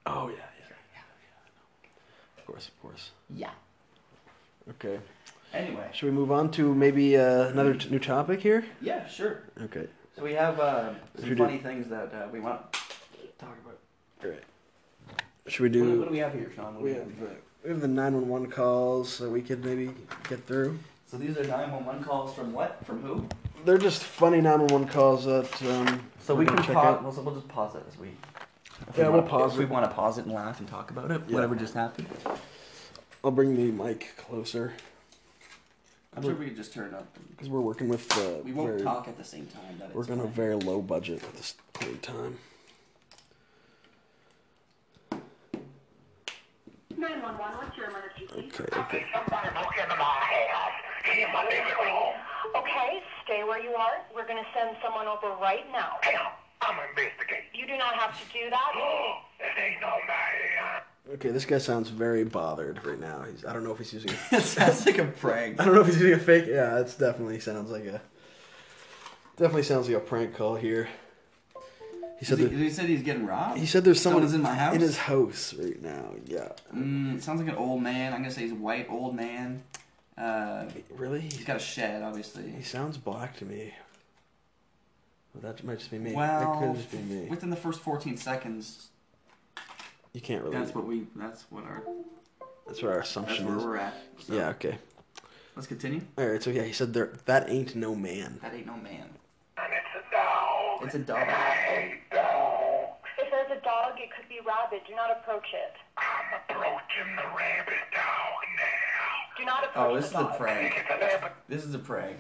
Oh yeah, yeah, Of course, of course. Yeah. Okay. Anyway. Should we move on to maybe uh, another t- new topic here? Yeah, sure. Okay. So we have uh, Should we some do- funny things that uh, we want to talk about. All right. Should we What, do? what do we have here, Sean? What do we have uh, we have the nine one one calls that we could maybe get through. So these are 911 calls from what? From who? They're just funny nine one one calls that. Um, So we're we gonna can check pause. out. Well, so we'll just pause it as we. if we Yeah, we'll wanna- pause If we it. want to pause it and laugh and talk about it, Yeah. whatever just happened. I'll bring the mic closer I'm sure we could just turn it up. because we're working with. Uh, We won't very, talk at the same time. That We're it's going to fine. very low budget at this point in time. 911, what's your emergency? Okay. Okay. Okay, stay where you are. We're going to send someone over right now. I'm investigating. You do not have to do that. It ain't no matter. Okay. This guy sounds very bothered right now. He's. I don't know if he's using. A, It sounds like a prank. I don't know if he's using a fake. Yeah, it's definitely sounds like a. Definitely sounds like a prank call here. He said. He, that- he said he's getting robbed. He said there's someone Someone's in my house. in his house right now. Yeah. Mm, sounds like an old man. I'm gonna say he's a white old man. Uh, Really? he's got a shed, obviously. He sounds black to me. Well, that might just be me. that Well, could just be me. within the first 14 seconds, You can't really. That's what we. That's what our. That's what our That's assumption where is. we're at. So, Yeah. Okay. Let's continue. All right. So yeah, he said there. That ain't no man. That ain't no man. And it's a dog. It's a dog. And I hate dogs. If there's a dog, it could be rabid. Do not approach it. I'm approaching the rabbit dog now. Do not approach Oh, this is the a dog. prank. It's a rabbit. This is a prank.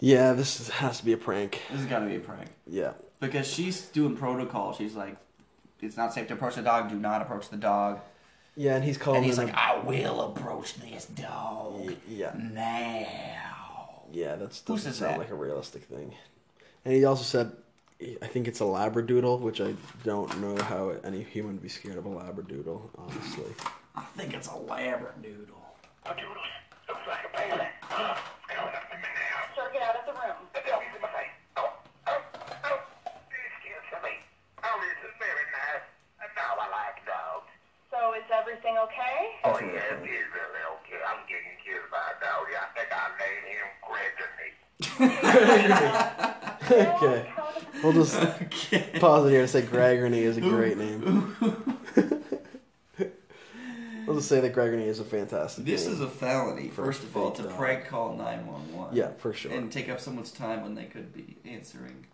Yeah. This is, has to be a prank. This has got to be a prank Yeah. because she's doing protocol. She's like, it's not safe to approach the dog. Do not approach the dog. Yeah, and he's calling. And he's in like, a- I will approach this dog yeah. now. Yeah, that's Who doesn't says sound that? like a realistic thing. And he also said, I think it's a labradoodle, which I don't know how any human would be scared of a labradoodle, honestly. I think it's a labradoodle. A doodle. Looks like a baby. Uh, coming up to me now. Sir, get out of the room. The dog is in my face. Oh, oh, oh. This is for me. Oh, this is very nice. And now I like dogs. So is everything okay? Oh, That's what yeah, I he's thought. really okay. I'm getting killed by a dog. I think I named him Gregory. okay. We'll just Okay. pause it here to say Gregory is a great name. We'll just say that Gregory is a fantastic This name. is a felony, first of all, fake to dog. prank call 911. Yeah, for sure. And take up someone's time when they could be answering.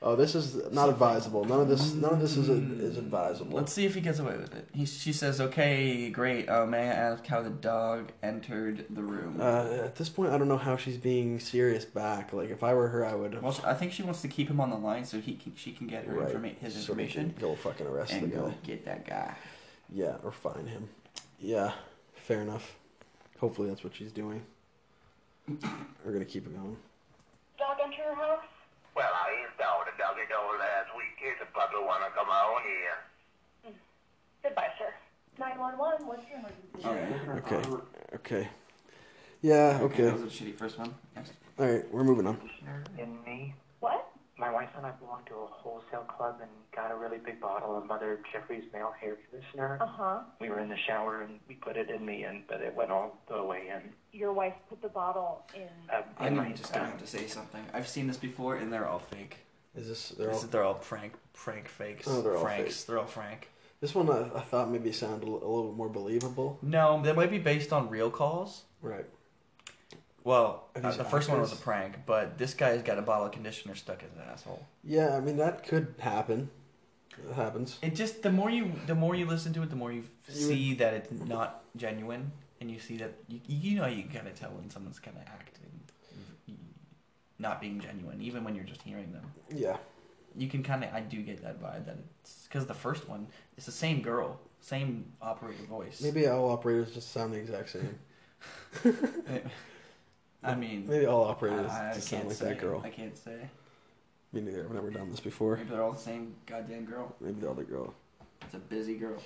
oh, this is not advisable. None of this none of this is, is advisable. Let's see if he gets away with it. He, she says, okay, great. Uh, may I ask how the dog entered the room? uh, at this point, I don't know how she's being serious back. Like, if I were her, I would well, she- I think she wants to keep him on the line so he can, she can get her Right. informa- his So we can information Go fucking arrest the and guy. go get that guy. Yeah, or fine him. Yeah, fair enough. Hopefully that's what she's doing. We're gonna keep it going. Dog enter your house? Well, I installed a doggy door last week. It's a puppy want to come on here. Goodbye, sir. 911, what's your emergency? All right. Okay. Okay. Yeah. Okay. That was a shitty first one. Next. All right. We're moving on. in me. What? My wife and I belong to a wholesale club and got a really big bottle of Mother Jeffrey's male hair conditioner. Uh-huh. We were in the shower and we put it in me, and but it went all the way in. Your wife put the bottle in. Uh, in I'm my just gonna have to say something. I've seen this before, and they're all fake. Is this? They're They're all, all, they're all prank, prank fakes. Oh, they're all Franks. They're all frank. this one I, I thought maybe sounded a little bit more believable. No, they might be based on real calls. Right. Well, Are uh, these the first one was a actors? prank, but this guy's got a bottle of conditioner stuck in his asshole. Yeah. I mean that could happen. It happens. It just the more you the more you listen to it, the more you f- You see that it's not genuine, and you see that you you know you gotta tell when someone's gonna act and not being genuine, even when you're just hearing them. Yeah. you can kind of I do get that vibe that it's because the first one it's the same girl, same operator voice. Maybe all operators just sound the exact same. I mean, Maybe all I, operators I just can't sound like say. that girl. I can't say. Me neither. I've never done this before. Maybe they're all the same goddamn girl. Maybe the other girl. It's a busy girl.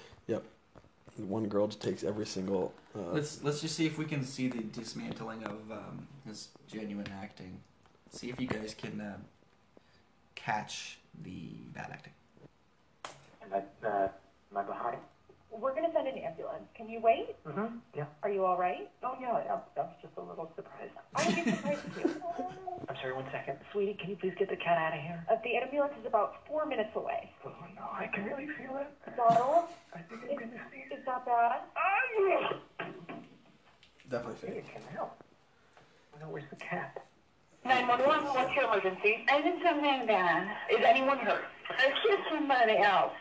One girl just takes every single. Uh, Let's let's just see if we can see the dismantling of um, his genuine acting. See if you guys can uh, catch the bad acting. Am I, uh, am I behind? We're going to send an ambulance. Can you wait? Mm-hmm. Yeah. Are you all right? Oh yeah. I, I was just a little surprised. I would be surprised too. I'm sorry. One second, sweetie. Can you please get the cat out of here? Uh, the ambulance is about four minutes away. Oh no, I can really feel it. Donald, I think I'm it's, gonna see it's not bad. it. Definitely Hey, it came out. No, where's the cat? 911, what's your emergency? Isn't something bad? Is anyone hurt? I kissed somebody else.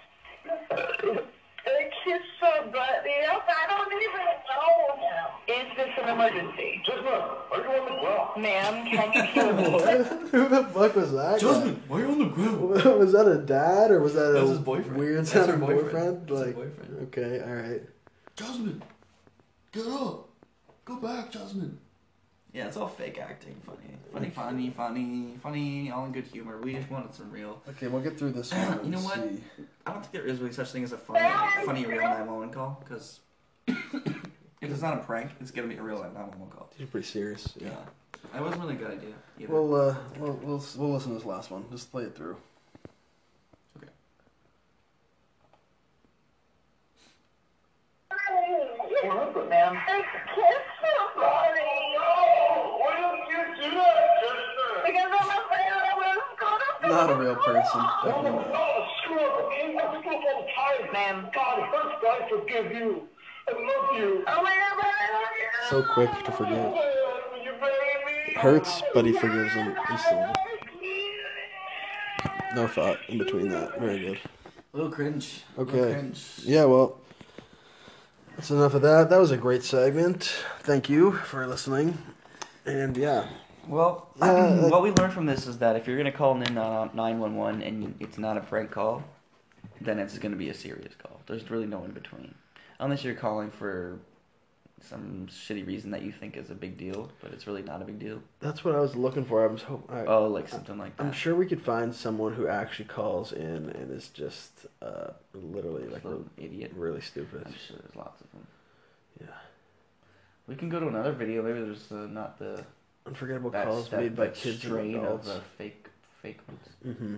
I kissed somebody else. I don't even know now. Is this an emergency? Jasmine, are you on the ground? Ma'am, can you hear me? Who the fuck was that? guy? why are you on the ground? was that a dad or was that That a was his boyfriend. weird That's her sounding boyfriend. boyfriend? That's her Like, boyfriend. okay, all right. Jasmine, get up. Go back, Jasmine. Yeah, it's all fake acting. Funny, funny, funny, funny, funny. All in good humor. We just wanted some real. Okay, we'll get through this one. You know and what? see. I don't think there is really such thing as a funny, funny real 911 call because if it's not a prank, it's gonna be a real 911 call. She's pretty serious. Yeah. Yeah, that wasn't really a good idea. Either. We'll, uh, we'll we'll we'll listen to this last one. Just play it through. okay. Ma'am. I kissed somebody. Oh, why don't you do that, Jennifer? Because I'm afraid I was gonna Not a real person. Definitely not. Oh, screw sure, okay? I'm so fucking tired, Ma'am. God, first I forgive you. I love you. Oh my God, I So quick to forget. You marry me? It hurts, but he forgives him instantly. love you. No thought in between that. Very good. A little cringe. A little Okay. cringe. Yeah, well, that's enough of that. That was a great segment. Thank you for listening. And yeah, Well, Uh, what we learned from this is that if you're gonna call in nine one one and it's not a prank call, then it's gonna be a serious call. There's really no in between, unless you're calling for some shitty reason that you think is a big deal, but it's really not a big deal. that's what I was looking for. I was hoping. I, Oh, like something like that. I'm sure we could find someone who actually calls in and is just uh, literally Like like a little idiot. really stupid. I'm sure there's lots of them. Yeah. We can go to another video. Maybe there's uh, not the Unforgettable that, calls that, made by that kids and strain of adults. the fake fake ones. hmm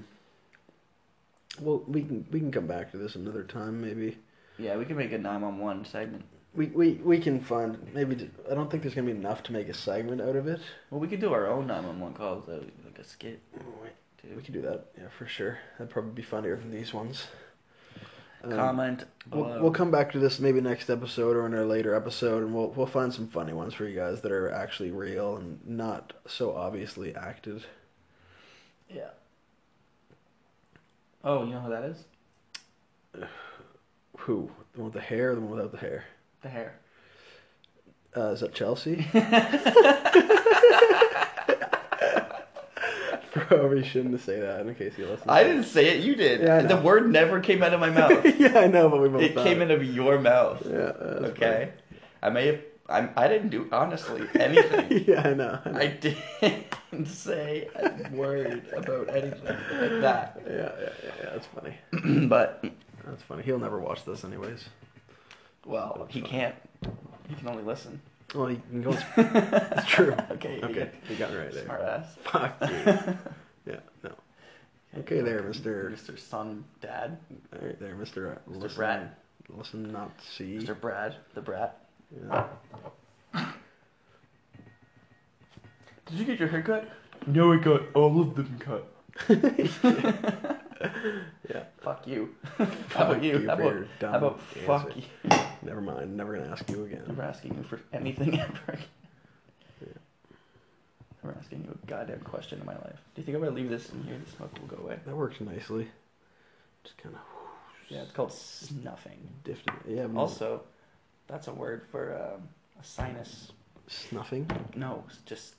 Well, we can we can come back to this another time, maybe. Yeah, we can make a nine one one segment. We, we, we can find maybe d- I don't think there's gonna be enough to make a segment out of it. Well, we could do our own nine one one calls though, like a skit. Too. We could do that, yeah, for sure. That'd probably be funnier than these ones. Um, Comment below. We'll, we'll come back to this maybe next episode or in a later episode, and we'll we'll find some funny ones for you guys that are actually real and not so obviously acted. yeah. Oh, you know who that is? Who the one with the hair, or the one without the hair? The hair. Uh, is that Chelsea? Probably shouldn't say that in case you listen. I didn't say it. You did. Yeah, I know. the word never came out of my mouth. yeah, I know, but we both. it thought came out of your mouth. Yeah. uh, that's okay. I may have. I, I didn't do honestly anything. funny. yeah, I know. I know. I didn't say a word about anything like that. Yeah, yeah, yeah, yeah. That's funny. but That's funny. He'll never watch this, anyways. well, he can't. He can only listen. Well, he can go. It's true. Okay. Okay, you got it right there. Smart ass. Fuck you. yeah, no. Okay, there, Mister. Mr. Son, Dad, There, there, Mister. Mr. Listen, Brad. listen, not see. Mr. Brad, the brat. Yeah. Did you get your hair cut? No, I got all of them cut. Yeah. Fuck you. how about you? you how for about, your how dumb about fuck answer. you? Never mind. Never gonna ask you Never again. asking you for anything ever again. Never asking you a goddamn question in my life. Do you think if I leave this in here, the smoke will go away? That works nicely. Just kind of Yeah, it's called snuffing. diffed it. Yeah. Also, that's a word for um, a sinus. snuffing. No, it's just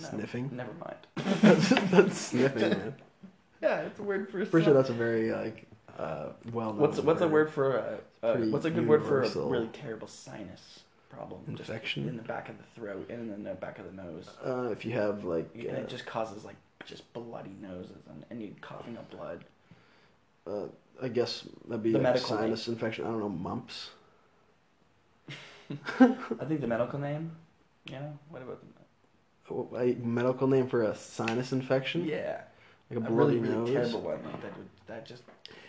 no, Sniffing? Never mind. that's, that's sniffing, man. Yeah, it's a word for. a Pretty snuff- sure that's a very like uh, well. What's what's a word for a, uh, pretty what's a good word for a universal. really terrible sinus problem? Just Infection? in the back of the throat and in the back of the nose, Uh, if you have like and it uh, just causes like just bloody noses and, and you coughing up blood. uh, I guess that'd be The a medical sinus infection. I don't know, mumps. I think the medical name. Yeah. What about the? A medical name for a sinus infection? Yeah. Like a a bloody really, really nose? terrible one like, that would- that just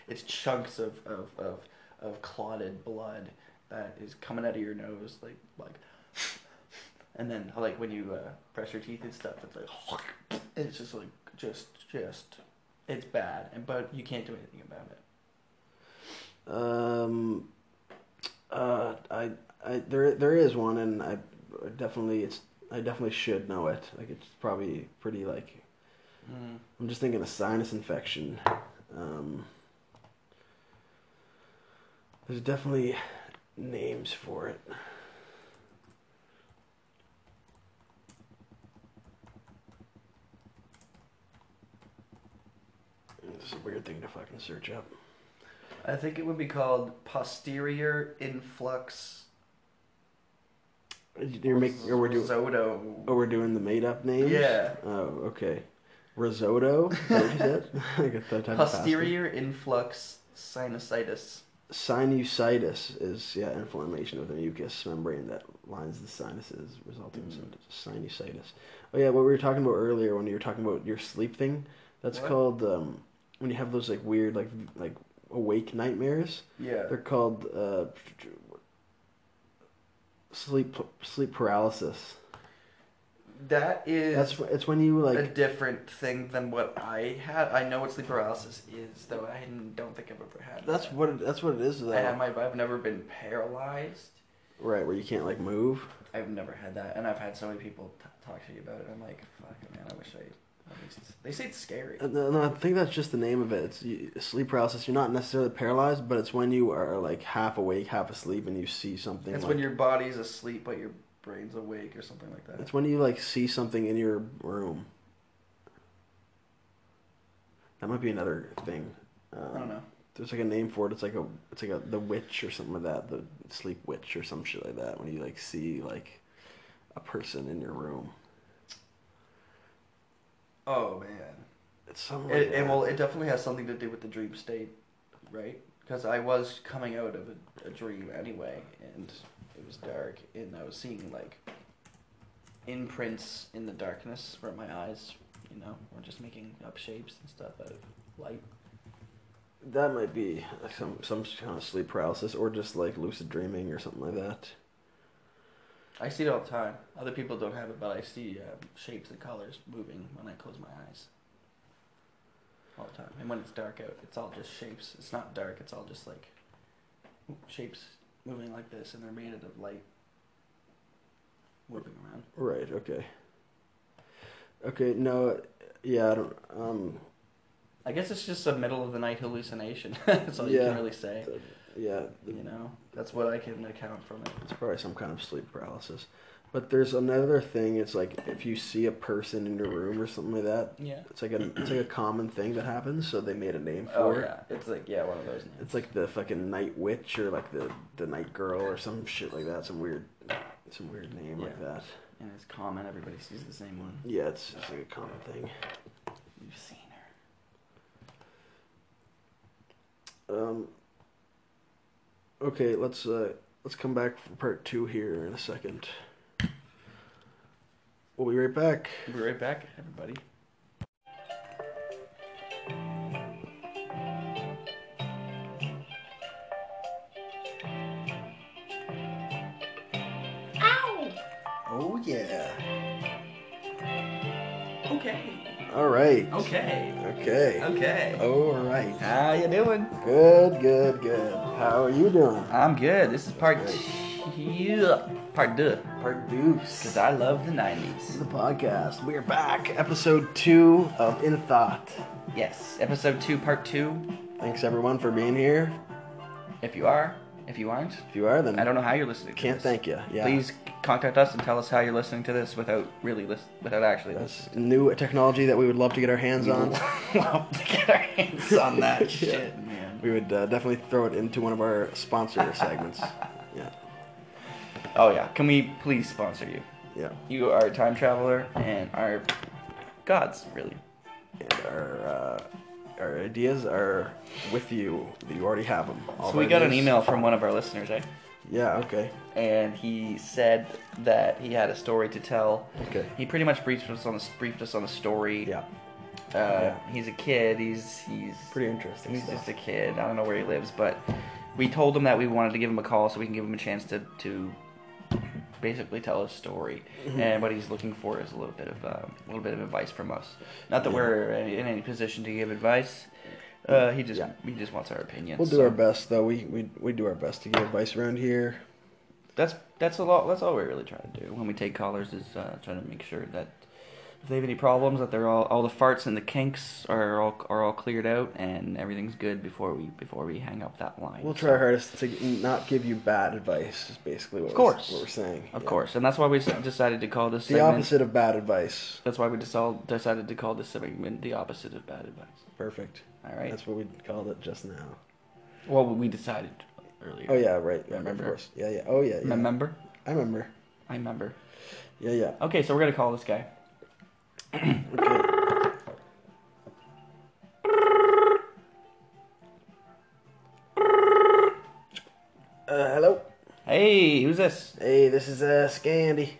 it's chunks of of, of of clotted blood that is coming out of your nose like like and then like when you uh, press your teeth and stuff it's like it's just like just just it's bad and but you can't do anything about it Um, uh, I, I, there, there is one, and I definitely, it's, I definitely should know it. Like, it's probably pretty, like, I'm just thinking a sinus infection. Um, there's definitely names for it. This is a weird thing to fucking search up. I think it would be called posterior influx You're making, or we're doing, risotto oh, we're doing the made-up names. Yeah. Oh, okay. Risotto. Is that what you said? like a th- type of pasta. posterior influx sinusitis Sinusitis is yeah inflammation of the mucous membrane that lines the sinuses, resulting in sinusitis. Oh yeah, what we were talking about earlier when you were talking about your sleep thing. That's What? called um, when you have those like weird like v- like awake nightmares. yeah They're called uh, sleep sleep paralysis. that is That's wh- it's when you a like different thing than what I had. I know what sleep paralysis is, though I hadn't- don't think I've ever had. that's that. what it, that's what it is though. I have my, I've never been paralyzed. right, where you can't like move. I've never had that, and I've had so many people t- talk to you about it. I'm like, fuck, man, I wish I. At least they say it's scary. Uh, No, no, I think that's just the name of it. It's you, sleep paralysis. You're not necessarily paralyzed, but it's when you are like half awake, half asleep, and you see something. It's like- when your body's asleep but your brain's awake or something like that. It's when you like see something in your room. That might be another thing. Um, I don't know. There's like a name for it. It's like a it's like a the witch or something like that. The sleep witch or some shit like that. When you like see like a person in your room. Oh man. It's something. Like It, that. and well, it definitely has something to do with the dream state, right? Because I was coming out of a, a dream anyway, and it was dark, and I was seeing like imprints in the darkness where my eyes, you know, were just making up shapes and stuff out of light. that might be like some some kind of sleep paralysis or just like lucid dreaming or something like that. I see it all the time. Other people don't have it, but I see uh, shapes and colors moving when I close my eyes. All the time. And when it's dark out, it's all just shapes. It's not dark, it's all just like shapes moving like this, and they're made out of light whipping around. Right. Okay. Okay. No. Yeah. I don't. Um. I guess it's just a middle of the night hallucination. That's all you Yeah. can really say. Yeah. You know? That's what I can account from it. It's probably some kind of sleep paralysis. But there's another thing. It's like if you see a person in your room or something like that. Yeah. It's like a it's like a common thing that happens. So they made a name for Oh, it. yeah. It's like, yeah, one of those. names. It's like the fucking night witch or like the the night girl or some shit like that. Some weird some weird name like Yeah. that. And it's common. Everybody sees the same one. Yeah. It's just like a common thing. You've seen her. Um. Okay. Let's uh let's come back for part two here in a second. We'll be right back. We'll be right back, everybody. Oh yeah. Okay. All right. Okay. Okay. Okay. All right. How you doing? Good, good, good. How are you doing? I'm good. This is part yeah, part two. Produce Cause I love the '90s. the podcast. We are back, episode two of In Thought. Yes, episode two, part two. Thanks everyone for being here. If you are, if you aren't, If you are, then I don't know how you're listening. To can't this. thank you. Yeah. Please contact us and tell us how you're listening to this without really listen, without actually listening. That's new technology that we would love to get our hands on. Well, to get our hands on that shit, man. we would uh, definitely throw it into one of our sponsor segments. Yeah. Oh yeah, can we please sponsor you? Yeah. You are a time traveler and are gods, really. And our uh, our ideas are with you. You already have them. so we got an email from one of our listeners, eh? Yeah. Okay. And he said that he had a story to tell. Okay. He pretty much briefed us on the briefed us on the story. Yeah. Uh, He's a kid. He's he's Pretty interesting. He's stuff. just a kid. I don't know where he lives, but we told him that we wanted to give him a call so we can give him a chance to, to basically tell his story. Mm-hmm. And what he's looking for is a little bit of uh, a little bit of advice from us. Not that we're in any position to give advice. Uh, he just Yeah. he just wants our opinion. We'll do so our best, though. We, we we do our best to give advice around here. That's that's a lot. That's all we really try to do when we take callers is uh, trying to make sure that if they have any problems, that they're all all the farts and the kinks are all are all cleared out and everything's good before we before we hang up that line. We'll So- try our hardest to not give you bad advice. Is basically what, Of we're- course. what we're saying. Of Yeah. course, and that's why we s- decided to call this The segment. opposite of bad advice. That's why we just all decided to call this segment the opposite of bad advice. Perfect. All right. That's what we called it just now. well, we decided earlier. Oh yeah, right. Yeah, of Remember. course. Yeah, yeah. Oh yeah. yeah. Remember? I remember. I remember. Yeah, yeah. Okay, so we're gonna call this guy. Okay. Uh, hello. Hey, who's this? Hey, this is uh Scandy.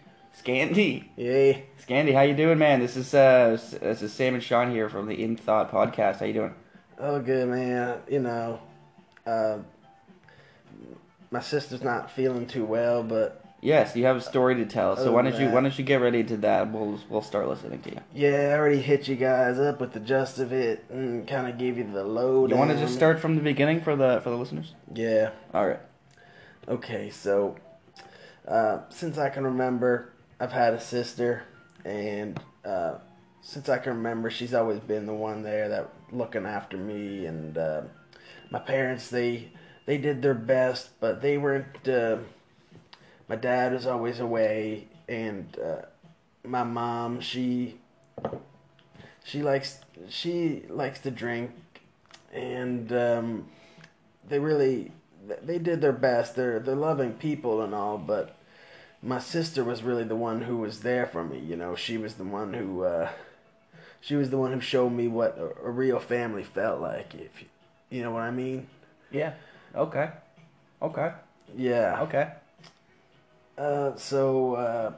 Scandy. Yay. Scandy, how you doing, man? This is uh, s- this is Sam and Sean here from the In Thought podcast. How you doing? Oh, good man. You know, uh, my sister's not feeling too well, but Yes, you have a story to tell. So Other why than don't you that- why don't you get ready to that? We'll we'll start listening to you. Yeah, I already hit you guys up with the gist of it and kind of gave you the load. You want to just start from the beginning for the for the listeners? Yeah. All right. Okay, so uh, since I can remember, I've had a sister, and uh, since I can remember, she's always been the one there that looking after me. And uh, my parents, they they did their best, but they weren't. Uh, my dad was always away, and uh, my mom, she she likes she likes to drink, and. Um, they really they did their best. They're they're loving people and all, but my sister was really the one who was there for me. You know, she was the one who uh, she was the one who showed me what a, a real family felt like. If you, you know what I mean? Yeah. Okay. Okay. Yeah. Okay. Uh, so uh,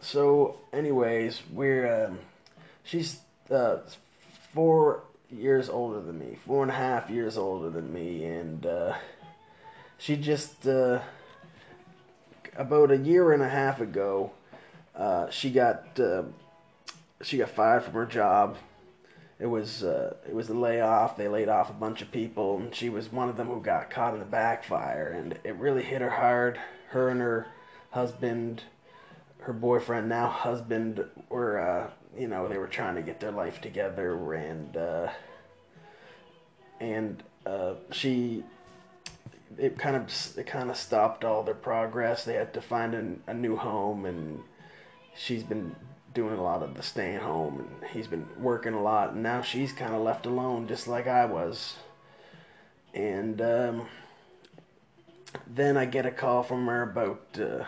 so anyways we're um, she's uh, four years older than me four and a half years older than me and uh, she just uh, about a year and a half ago uh, she got uh, she got fired from her job it was uh, it was a layoff. They laid off a bunch of people, and she was one of them who got caught in the backfire, and it really hit her hard. Her and her husband, her boyfriend now husband, were uh, you know they were trying to get their life together, and uh, and uh, she it kind of it kind of stopped all their progress. They had to find an, a new home, and she's been doing a lot of the staying home, and he's been working a lot. And now she's kind of left alone, just like I was. And um, then I get a call from her about uh,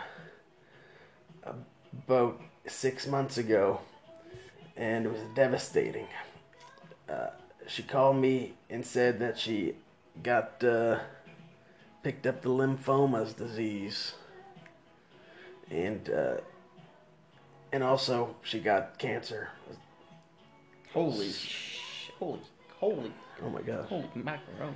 about six months ago, and it was devastating. Uh, she called me and said that she got uh, picked up the lymphomas disease, and uh, and also she got cancer. Holy sh! Holy, holy, Oh my gosh. holy macaroni!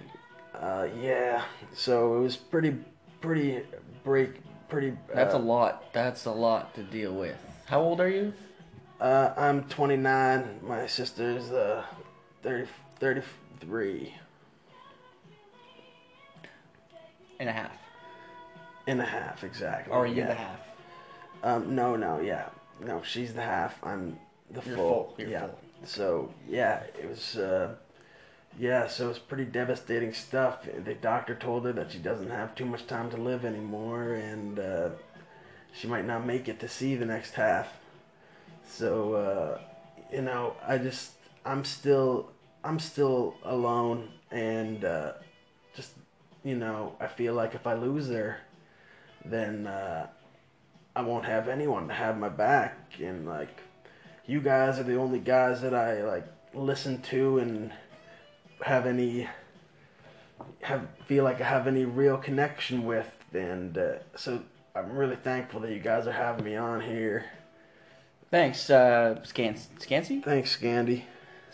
Uh, yeah. So it was pretty, pretty break, pretty. Uh, That's a lot. That's a lot to deal with. How old are you? Uh, I'm 29. My sister's uh, 30, 33 And a half. and a half exactly. Or you yeah. the half? Um, no, no, yeah, no. She's the half. I'm the You're full. full, you're yeah. full. So yeah, it was. Uh, yeah, so it's pretty devastating stuff. The doctor told her that she doesn't have too much time to live anymore, and uh, she might not make it to see the next half. So uh, you know, I just I'm still I'm still alone, and uh, just you know, I feel like if I lose her, then. Uh, I won't have anyone to have my back and like you guys are the only guys that I like listen to and have any have feel like I have any real connection with and uh, so I'm really thankful that you guys are having me on here. Thanks, uh, Scans- Scansy? Thanks, Gandy.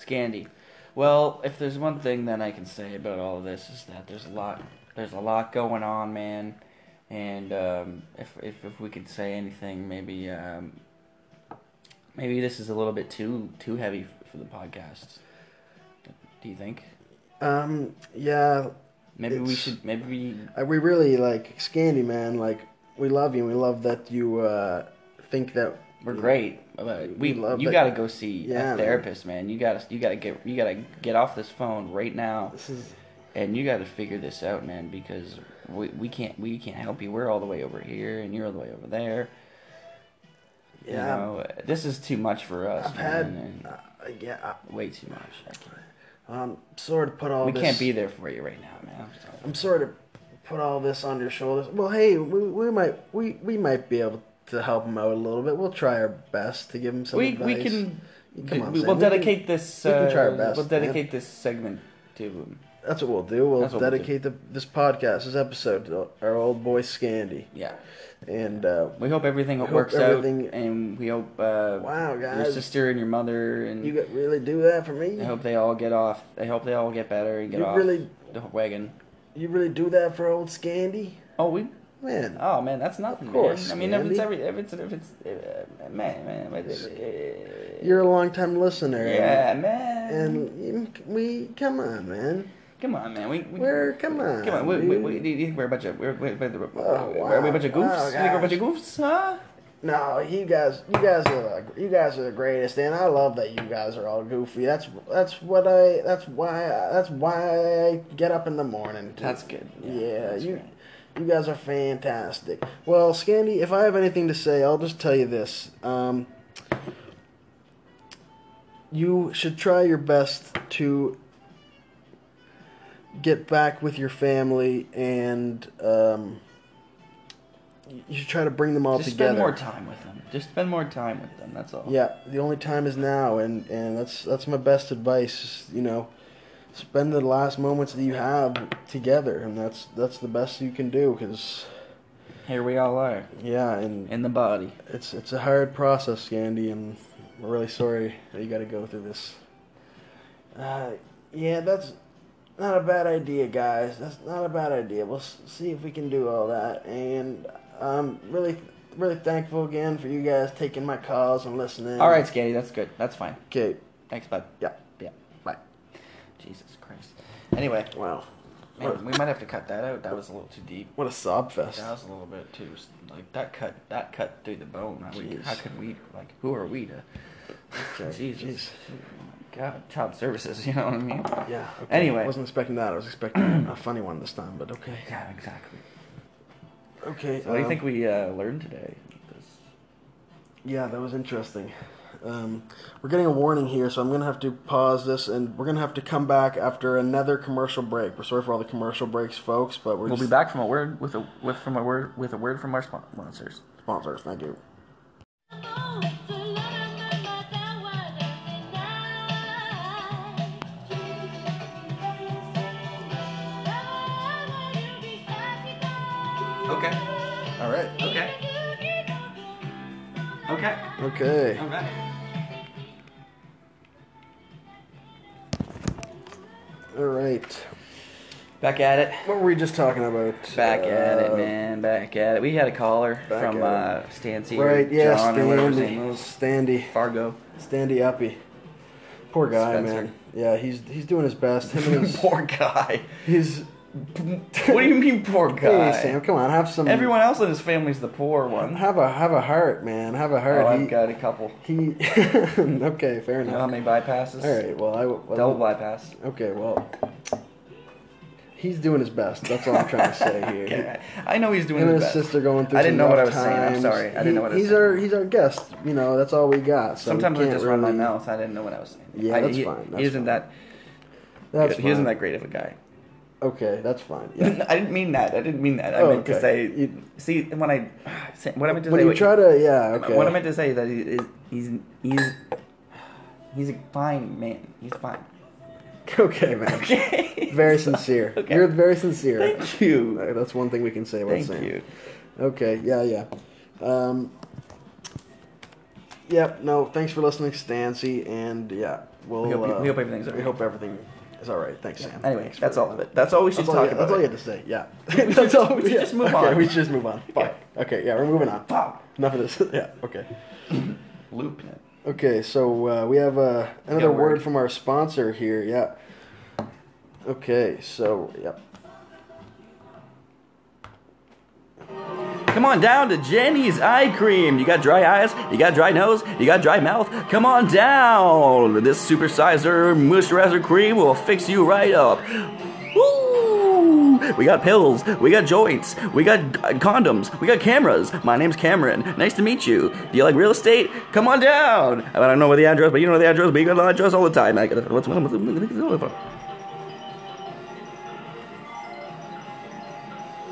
Scandy. Well, if there's one thing that I can say about all of this is that there's a lot, there's a lot going on, man. And um, if, if if we could say anything, maybe um, maybe this is a little bit too too heavy f- for the podcast. Do you think? Um yeah, Maybe we It's- should. Maybe we, I- we really like Scandy man, like we love you. We love that you uh think that we're great. But we We love you that- got to go see Yeah, a man. therapist, man. You got to you got to get you got to get off this phone right now. this is and you got to figure this out, man, because we, we can't we can't help you. We're all the way over here, and you're all the way over there. You yeah. know, this is too much for us, I've had man. and uh, yeah, I- way too much. I can't- I'm sorry to put all we this can't be there for you right now, man. I'm sorry. I'm sorry to put all this on your shoulders. Well, hey, we, we might we, we might be able to help him out a little bit. We'll try our best to give him some We advice. we can. Come on, we, Sam, will we can- dedicate this. we can uh, try our best, We'll man. dedicate this segment to him. That's what we'll do. We'll That's what we'll do. dedicate The, this podcast, this episode, to our old boy Scandy, Yeah, and uh, we hope everything hope works everything- out, and we hope uh, Wow, your guys. sister and your mother, and you got- really do that for me. I hope they all get off. I hope they all get better and get You off really- the wagon. You really do that for old Scandy. Oh, we win. Oh man, that's nothing. Of course, I mean, if Andy. it's every, if it's, if it's, uh, man, man, but it- it- You're a long-time listener. yeah, man. And we come on, man. come on, man. We, we We're- come on, come on. We, we, dude. we, do you think we're a bunch of, we're, we're, we're, we're, Oh, are we a bunch of wow. goofs? Wow, you think we're a bunch of goofs, huh? No, you guys, you guys are the- you guys are the greatest, and I love that you guys are all goofy. That's that's what I that's why that's why I get up in the morning. to- That's good. Yeah, that's you great. you guys are fantastic. Well, Scandy, if I have anything to say, I'll just tell you this. Um, you should try your best to get back with your family and um, you you should try to bring them all Just together. spend more time with them. Just spend more time with them. That's all. Yeah, the only time is now, and and that's that's my best advice. is, You know, spend the last moments that you have together, and that's that's the best you can do. Cause Here we all are yeah, and in the body. it's it's a hard process, Andy, and we're really sorry that you got to go through this. Uh, yeah, that's not a bad idea, guys. That's not a bad idea. We'll s- see if we can do all that, and I'm really really thankful again for you guys taking my calls and listening. All right, Scatty, that's good. That's fine. Okay. Thanks, bud. Yeah. Yeah. Bye. Jesus Christ. Anyway, Wow. man, we might have to cut that out. That was a little too deep. What a sob fest. That was a little bit too like that cut that cut through the bone. How, we, Jeez. how could we like who are we to? Okay, Jesus, God, child services. You know what I mean? Yeah. Anyway. I wasn't expecting that. I was expecting a funny one this time, but okay. Yeah, exactly. Okay. So what do you um, think we uh, learned today? This- Yeah, that was interesting. Um, we're getting a warning here, so I'm going to have to pause this, and we're going to have to come back after another commercial break. We're sorry for all the commercial breaks, folks, but we're We'll be just- back from a word with a with from a word with a word from our sponsors. Sponsors, thank you. Okay. All right. Okay. Okay. Okay. All right. All right. Back at it. What were we just talking about? Back at it, Uh, man. Back at it. We had a caller Back from uh, at Stancy. or Right, yeah, John or whatever his name Standy. was. Standy. Fargo. Standy Uppy. Poor guy, Spencer. man. Yeah, he's he's doing his best. Him and his, poor guy. his What do you mean, poor guy? Hey, Sam, come on, have some. Everyone else in his family's the poor one. have a have a heart, man. Have a heart. Oh, he, I've got a couple. he. okay, fair You know how enough. many bypasses? All right. Well, I. Well, Double bypass. Okay. Well, he's doing his best. That's all I'm trying to say here. Okay. I know he's doing Him and his his best. sister going through. I didn't some know what I rough was saying. I'm times. sorry. I didn't He- know what I was he's saying. our he's our guest. You know that's all we got. So we Sometimes I can't just really, run my mouth. I didn't know what I was saying. Yeah, I- that's he, fine, he that's isn't fine. that. That's he fine. isn't that great of a guy. Okay, that's fine. Yeah. I didn't mean that. I didn't mean that. I Oh, meant to okay. say. You- see, when I, say- what I meant to when say. you what- try to, yeah. Okay. What I meant to say that he is he's he's he's a fine man. He's fine. Okay, man. Okay. Very sincere. Okay. You're very sincere. Thank you. Uh, That's one thing we can say about Thank Sam. you. Okay, yeah, yeah. Um, yep, no, thanks for listening, Stancy, and yeah, we'll. We hope you- uh, we hope everything's We alright. hope everything is alright. Thanks, Sam. Anyway, Thanks that's for- all of it. That's all we should That's all, talk you, about. that's all you it. had to say, yeah. should- that's all, we should yeah. just move Okay, on. we should just move on. Fuck. Okay, yeah, we're moving on. Wow. Enough of this. yeah, okay. Loop. Okay, so uh, we have uh, another word. word from our sponsor here, yeah. Okay, so, yep. Come on down to Jenny's Eye Cream. You got dry eyes, you got dry nose, you got dry mouth. Come on down. This supersizer moisturizer cream will fix you right up. Woo! We got pills, we got joints, we got uh, condoms, we got cameras. My name's Cameron. Nice to meet you. Do you like real estate? Come on down. I don't know where the address, but you know the address. But you got the address all the time. I got what's what's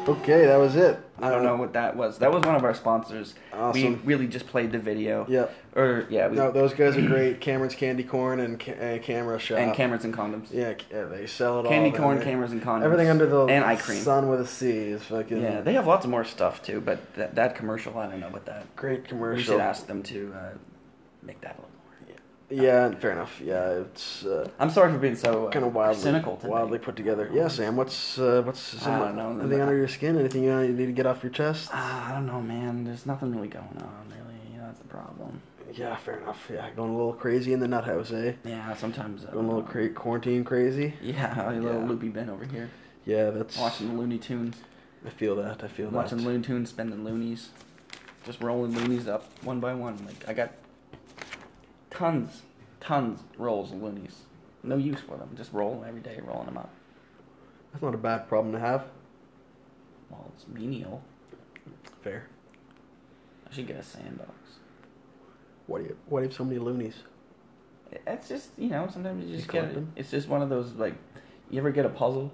Okay, that was it. I don't know what that was. That was one of our sponsors. We Uh, Awesome. really just played the video. Yep. Or yeah, we, No, those guys are great. Cameron's Candy Corn and, ca- and Camera Shop. and cameras and condoms. uh, Yeah, c- yeah, they sell it all. Candy man. corn, They- cameras, and condoms. Everything under the And eye cream. sun with a C is fucking Yeah, they have lots more stuff too, but that, that commercial, I don't know about that. great commercial. We should ask them to uh, make that a little more. Yeah, fair enough. Yeah, it's uh, I'm sorry for being so uh, kind of wildly cynical today. wildly put together. Yeah, Sam. What's uh, what's some, don't know. anything under your skin? Anything you need to get off your chest? Ah, I don't know, man. There's nothing really going on, really. That's the problem. Yeah, fair enough. Yeah, going a little crazy in the nut house, eh? Yeah, sometimes. Uh, Going a little cra- quarantine crazy. Yeah, a little Yeah. loopy Ben over here, Yeah, that's. watching the Looney Tunes, I feel that. I feel watching that. Looney Tunes, spending loonies, just rolling loonies up one by one. Like I got tons, tons rolls of loonies. No use for them. Just roll every day, rolling them up. That's not a bad problem to have. Well, it's menial. Fair. I should get a sandbox. What do you? What if so many loonies? It's just you know sometimes you You just collect get them? it's just one of those like you ever get a puzzle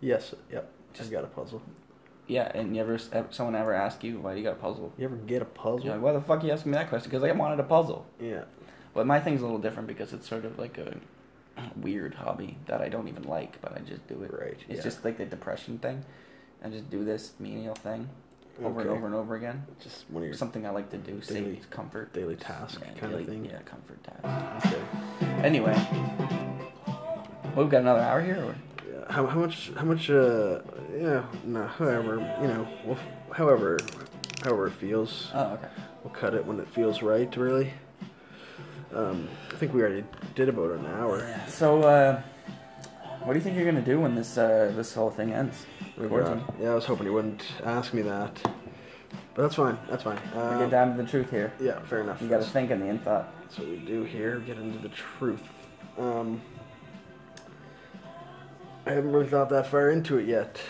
Yes. Yep. Just Just- got a puzzle. yeah and you ever someone ever ask you why you got a puzzle You ever get a puzzle? You're like, why the fuck are you asking me that question? Because I wanted a puzzle. yeah. But my thing's a little different because it's sort of like a weird hobby that I don't even like, but I just do it. Right, It's yeah. just like the depression thing. I just do this menial thing over and Okay. over and over again. Just one of your. Something I like to do, Daily- save comfort, daily task Yeah, kinda daily- thing. Yeah, comfort task. Okay. Anyway, well, we've got another hour here. Or? Yeah, How, how much? How much? Uh. Yeah. No. However. You know. We'll, f- however. However it feels. Oh, okay. We'll cut it when it feels right. Really. Um. I think we already did about an hour. So, uh, what do you think you're gonna do when this uh, this whole thing ends? Oh, Quarantine. God. Yeah, I was hoping you wouldn't ask me that. But that's fine. That's fine. We get Um, down to the truth here. yeah, fair enough. You gotta That's- think in the end thought. That's what we do here. Get into the truth. Um, I haven't really thought that far into it yet.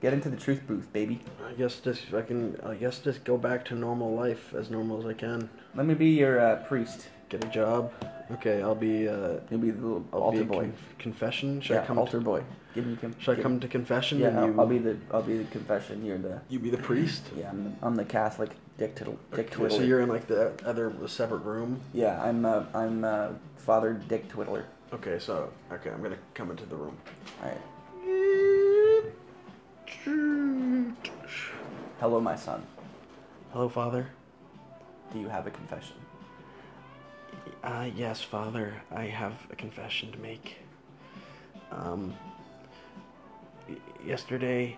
Get into the truth booth, baby. I guess just I can. I guess just go back to normal life as normal as I can. Let me be your uh, priest. Get a job. Okay, I'll be. Uh, You'll be the little I'll altar be boy. con- confession. Should yeah, I come? altar To, boy. Give me. Com- should I give- come to confession? Yeah, and I'll, you, I'll be the. I'll be the confession. You're the. You be the priest. Yeah, I'm the, I'm the Catholic dictator. Dick Okay, so Twiddler. you're in like the other separate room. Yeah, I'm. Uh, I'm uh, Father Dick Twiddler. Okay, so okay, I'm gonna come into the room. All right. Hello, my son. Hello, Father. Do you have a confession? Uh, yes, Father, I have a confession to make. Um, y- yesterday,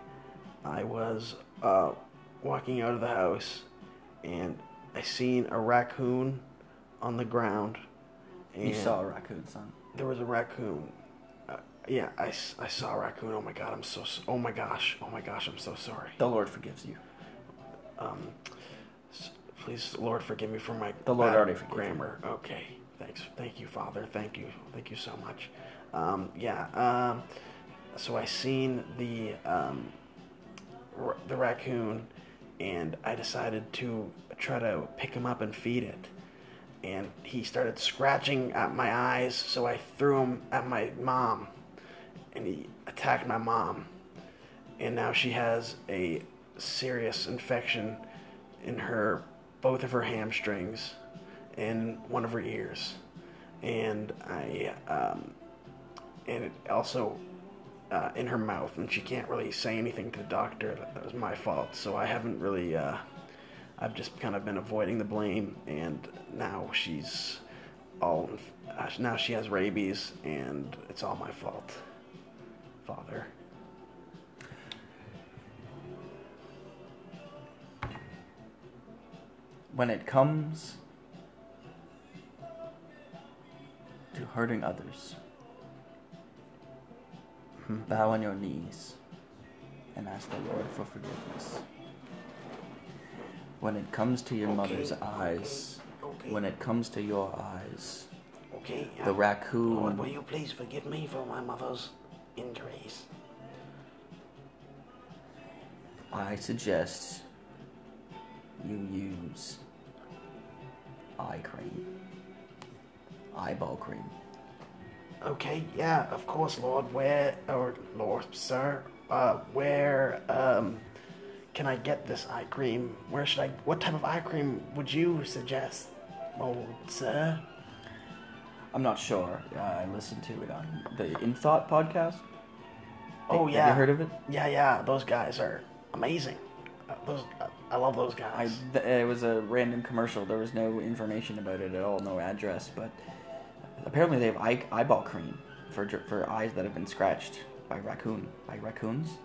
I was uh, walking out of the house, and I seen a raccoon on the ground. And You saw a raccoon, son. There was a raccoon. Uh, yeah, I, s- I saw a raccoon. Oh my god, I'm so s- oh my gosh, oh my gosh, I'm so sorry. The Lord forgives you. Um, s- please, Lord, forgive me for my The Lord bad already forgave you. grammar. Okay, thanks, thank you, Father. Thank you, thank you so much. Um, yeah. Um, so I seen the um, r- the raccoon, and I decided to try to pick him up and feed it. And he started scratching at my eyes, so I threw him at my mom, and he attacked my mom and now she has a serious infection in her both of her hamstrings and one of her ears and i um, and it also uh, in her mouth and she can't really say anything to the doctor that, that was my fault so i haven't really uh, i've just kind of been avoiding the blame and now she's all uh, now she has rabies and it's all my fault father When it comes to hurting others, bow on your knees and ask the Lord for forgiveness. When it comes to your mother's eyes, when it comes to your eyes, Okay. the I- raccoon. Lord, will you please forgive me for my mother's injuries? I suggest you use eye cream, eyeball cream. Okay, yeah, of course, Lord. Where, or Lord, sir, uh, where, um, can I get this eye cream? Where should I? What type of eye cream would you suggest, old sir? I'm not sure. Uh, I listened to it on the In Thought podcast. Oh Have yeah, Oh, you heard of it? Yeah, yeah, those guys are amazing. Uh, those, uh, I love those I, guys. th- it was a random commercial. There was no information about it at all, no address. But apparently, they have eye- eyeball cream for dr- for eyes that have been scratched by raccoon by raccoons,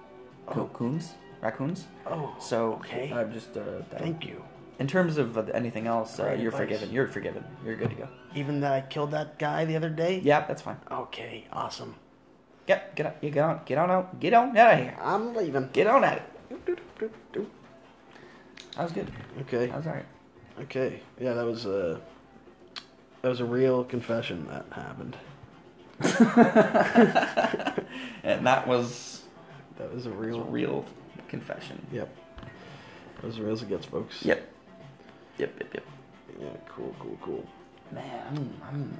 Co- coons, raccoons. oh, So okay. I'm just uh, that- Thank you. In terms of uh, anything else, uh, Great you're advice. forgiven. You're forgiven. You're good to go. Even that I killed that guy the other day? Yeah, that's fine. Okay, awesome. Yep, get up. You get on. Get on out. Get on out of here. I'm leaving. Get on at it. That was good. Okay. That was alright. Okay. Yeah, that was a that was a real confession that happened. And that was That was a a real. real confession. Yep. That was real as it gets, folks. Yep. Yep. Yep. Yep. Yeah. Cool. Cool. Cool. Man, I'm, I'm,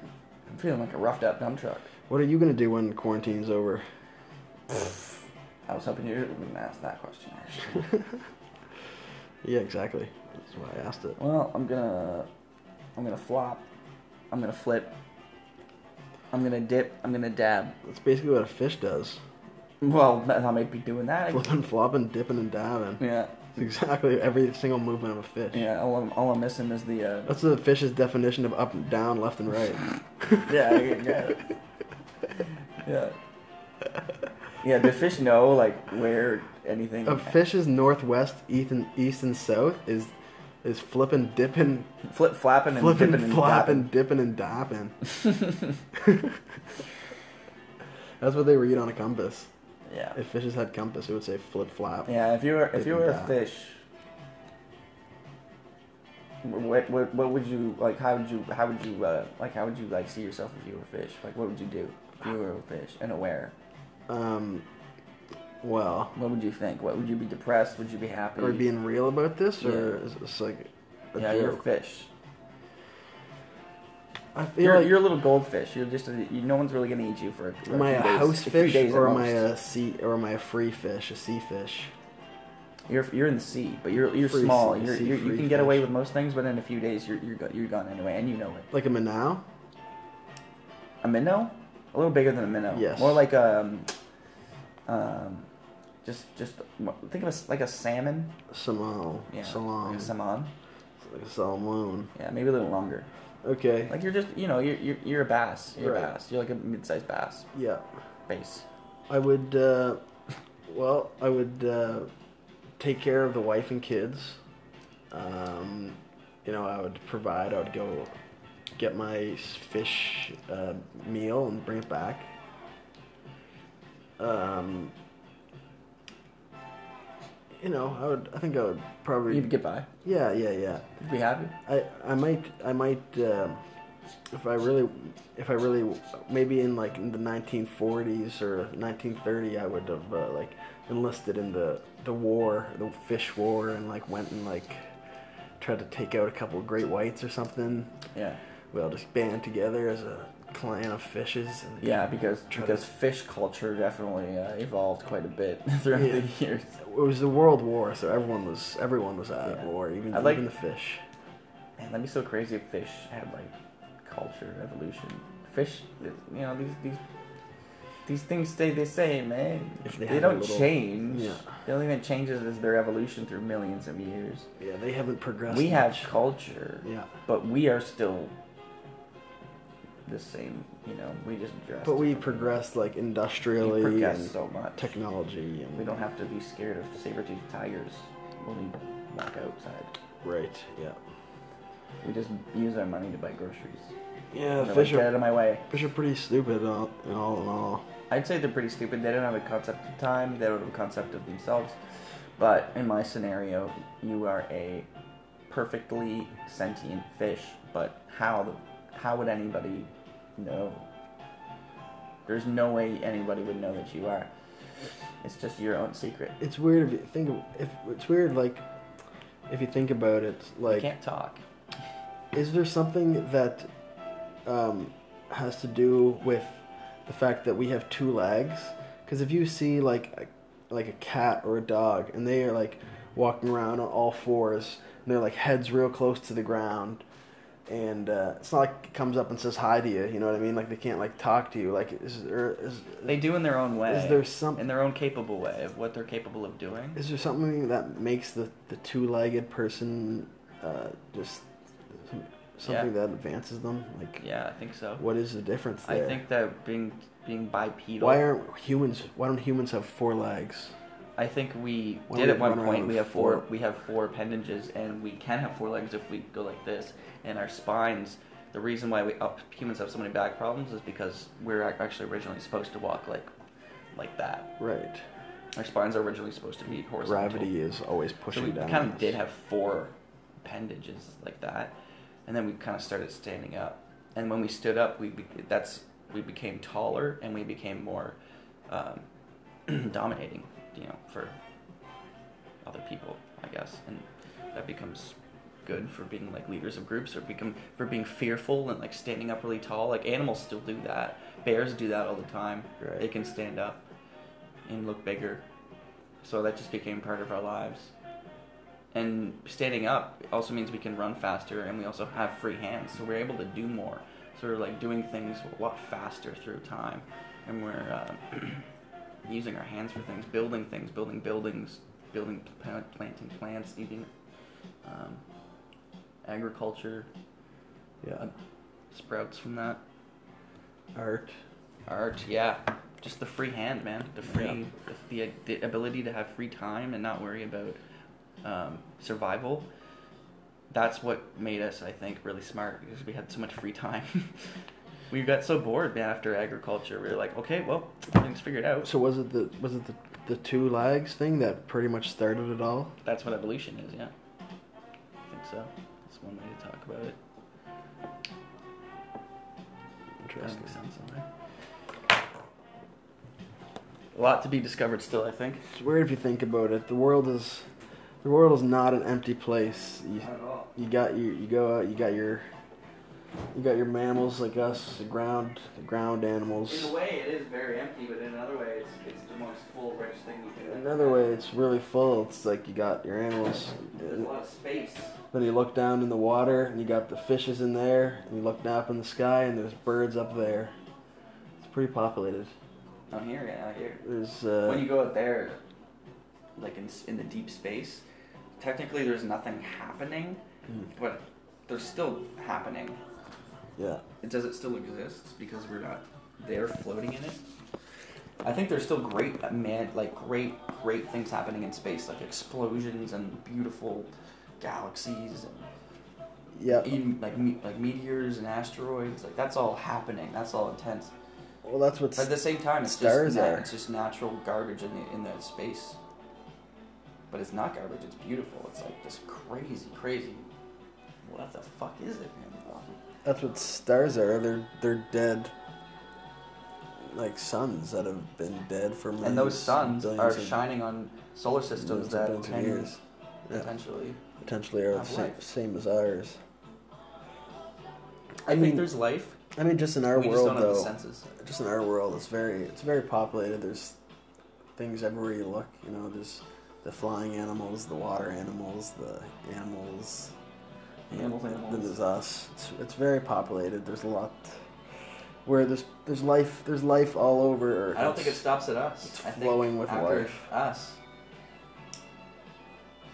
I'm feeling like a roughed up dump truck. What are you gonna do when quarantine's over? I was hoping you wouldn't ask that question. Actually. Yeah, exactly. That's why I asked it. well, I'm gonna, I'm gonna flop. I'm gonna flip. I'm gonna dip. I'm gonna dab. That's basically what a fish does: Well, I might be doing that. flipping, flopping, dipping, and diving. Yeah. It's exactly every single movement of a fish. Yeah. All I'm, all I'm missing is the. Uh, That's the fish's definition of up and down, left and right. yeah. I get- Yeah. yeah. Yeah. Do fish know like where anything? a fish's northwest, east and east and south is is flipping, dipping, Flip, flapping, and flipping, dipping and flopping, dabbing. dipping, and dapping. That's what they read on a compass. Yeah. If fishes had compass, it would say flip flap. Yeah, if you were if you were a Yeah. fish, what, what what would you like? How would you how would you uh, like how would you like see yourself if you were a fish? Like what would you do if you were a fish and aware? Um, well, What would you think? What would you be depressed? Would you be happy? are we being real about this, or Yeah. is this like a yeah, you're a joke? fish. I feel You're, like you're a little goldfish. You're just a, you, no one's really gonna eat you for. a- for am I a a few days, house a few fish days at or uh, am I most. a sea or am I a free fish, a sea fish? You're you're in the sea, but you're you're Free small. sea- You're, sea you're, you free can get away fish. with most things, but in a few days you're you're, go, you're gone anyway, and you know it. Like a minnow? A minnow? A little bigger than a minnow. Yes. More like um, um, just just think of a s like a salmon. Samal. Yeah. Salam. Like a salmon. Like a Salmon. Yeah, maybe a little longer. Okay. Like you're just you know you're you're, you're a bass. You're a Right. bass. You're like a mid-sized bass. yeah. Bass. I would, uh, well, I would uh, take care of the wife and kids. Um, you know, I would provide, I would go get my s- fish uh, meal and bring it back. Um, you know, I would, I think I would probably, You'd get by. yeah, yeah, yeah. You'd be happy. I, I might I might um if I really if I really maybe in like in the 1940s or 1930 I would have uh, like enlisted in the the war the fish war and like went and like tried to take out a couple of great whites or something. Yeah. We all just band together as a clan of fishes. And Yeah, because Try because fish culture definitely uh, evolved quite a bit throughout Yeah. the years. It was the World War, so everyone was everyone was at Yeah. war, even, I'd like- even the fish. Man, that'd be so crazy if fish had like culture evolution. Fish, you know, these these these things stay the same, man. If they they had a don't little- change. Yeah. The only thing that changes is their evolution through millions of years. Yeah, they haven't progressed. we have much. culture, Yeah. but we are still the same. You know, we just dress. But we differently. progressed like We industrially progress and so much. technology and we don't have to be scared of saber-toothed tigers when we walk outside. right yeah We just use our money to buy groceries. yeah And they're like, fish Get out of are, my way. fish are pretty stupid all in all in all I'd say they're pretty stupid. They don't have a concept of time. They don't have a concept of themselves. But in my scenario, you are a perfectly sentient fish. But how the, how would anybody know? There's no way anybody would know that you are. It's just your own secret. it's weird if you think of, if it's weird like if you think about it you like can't talk. is there something that um, has to do with the fact that we have two legs? Because if you see like a, like a cat or a dog, and they are like walking around on all fours, and their like heads real close to the ground, and uh, it's not like it comes up and says hi to you. You know what I mean? Like they can't like talk to you. Like is there is They do in their own way. Is there some- in their own capable way of what they're capable of doing? is there something that makes the the two legged person uh, just some- something that advances them? Like Yeah, I think so. what is the difference I there? think that being being bipedal. why aren't humans? Why don't humans have four legs? I think we Why did at don't we one run point. We around with have four, four- We have four appendages, and we can have four legs if we go like this. And our spines. The reason why we up humans have so many back problems is because we're ac- actually originally supposed to walk like like that. Right. Our spines are originally supposed to be horizontal. Gravity is always So pushing we down. kind on of us. did have four appendages like that, and then we kind of started standing up. And when we stood up, we be- that's we became taller and we became more um, dominating, you know, for other people, I guess. And that becomes good for being like leaders of groups or become for being fearful and like standing up really tall. Like animals still do that. Bears do that all the time. Right. They can stand up and look bigger. So that just became part of our lives. And standing up also means we can run faster and we also have free hands, so we're able to do more. So we're like doing things a lot faster through time, and we're uh, using our hands for things, building things, building buildings, building pla- planting plants, eating um, agriculture Uh, yeah. sprouts from that Art. art. Yeah, just the free hand, man. The free, the, the ability to have free time and not worry about um, survival. That's what made us, I think, really smart because we had so much free time. we got so bored, man. After agriculture, we were like, okay, well, everything's figured out. So was it the was it the, the two legs thing that pretty much started it all? That's what evolution is, yeah. I think so. That's one way to talk about it. That Interesting. makes sense somewhere. A lot to be discovered still, I think. It's weird if you think about it. The world is the world is not an empty place. You, you got you you go out. You got your you got your mammals like us, the ground the ground In animals. a way, it is very empty, but in another way, it's, it's the most full, rich thing you could ever Another way, it's really full. It's like you got your animals. There's a lot of space. Then you look down in the water, and you got the fishes in there. And you look down up in the sky, and there's birds up there. It's pretty populated. Out here, yeah, out here. There's when uh, you go out there, like in, s- in the deep space, technically there's nothing happening, Hmm. but there's still happening. yeah. It does it still exist because we're not there floating in it? I think there's still great uh, man like great great things happening in space, like explosions and beautiful galaxies and Yeah. even like me- like meteors and asteroids, like that's all happening. That's all intense. Well, that's But at what's the same time, it's Stars just na- are. it's just natural garbage in the in that space. But it's not garbage. It's beautiful. It's like this crazy, crazy. What the fuck is it, man? that's what stars are. They're they're dead, like suns that have been dead for millions. And those suns are billions of- shining on solar millions systems of that billions of can years. Yeah. potentially. potentially are the Have same, life. same as ours. I, I think mean- there's life. I mean, just in our we just world don't have the though, senses. just in our world, it's very it's very populated. There's things everywhere you look. You know, there's the flying animals, the water animals, the animals. Animals, Then animals. there's us. It's, it's very populated. There's a lot. Where there's there's life there's life all over. Earth. I don't think it stops at us. it's I think flowing with after life. Us.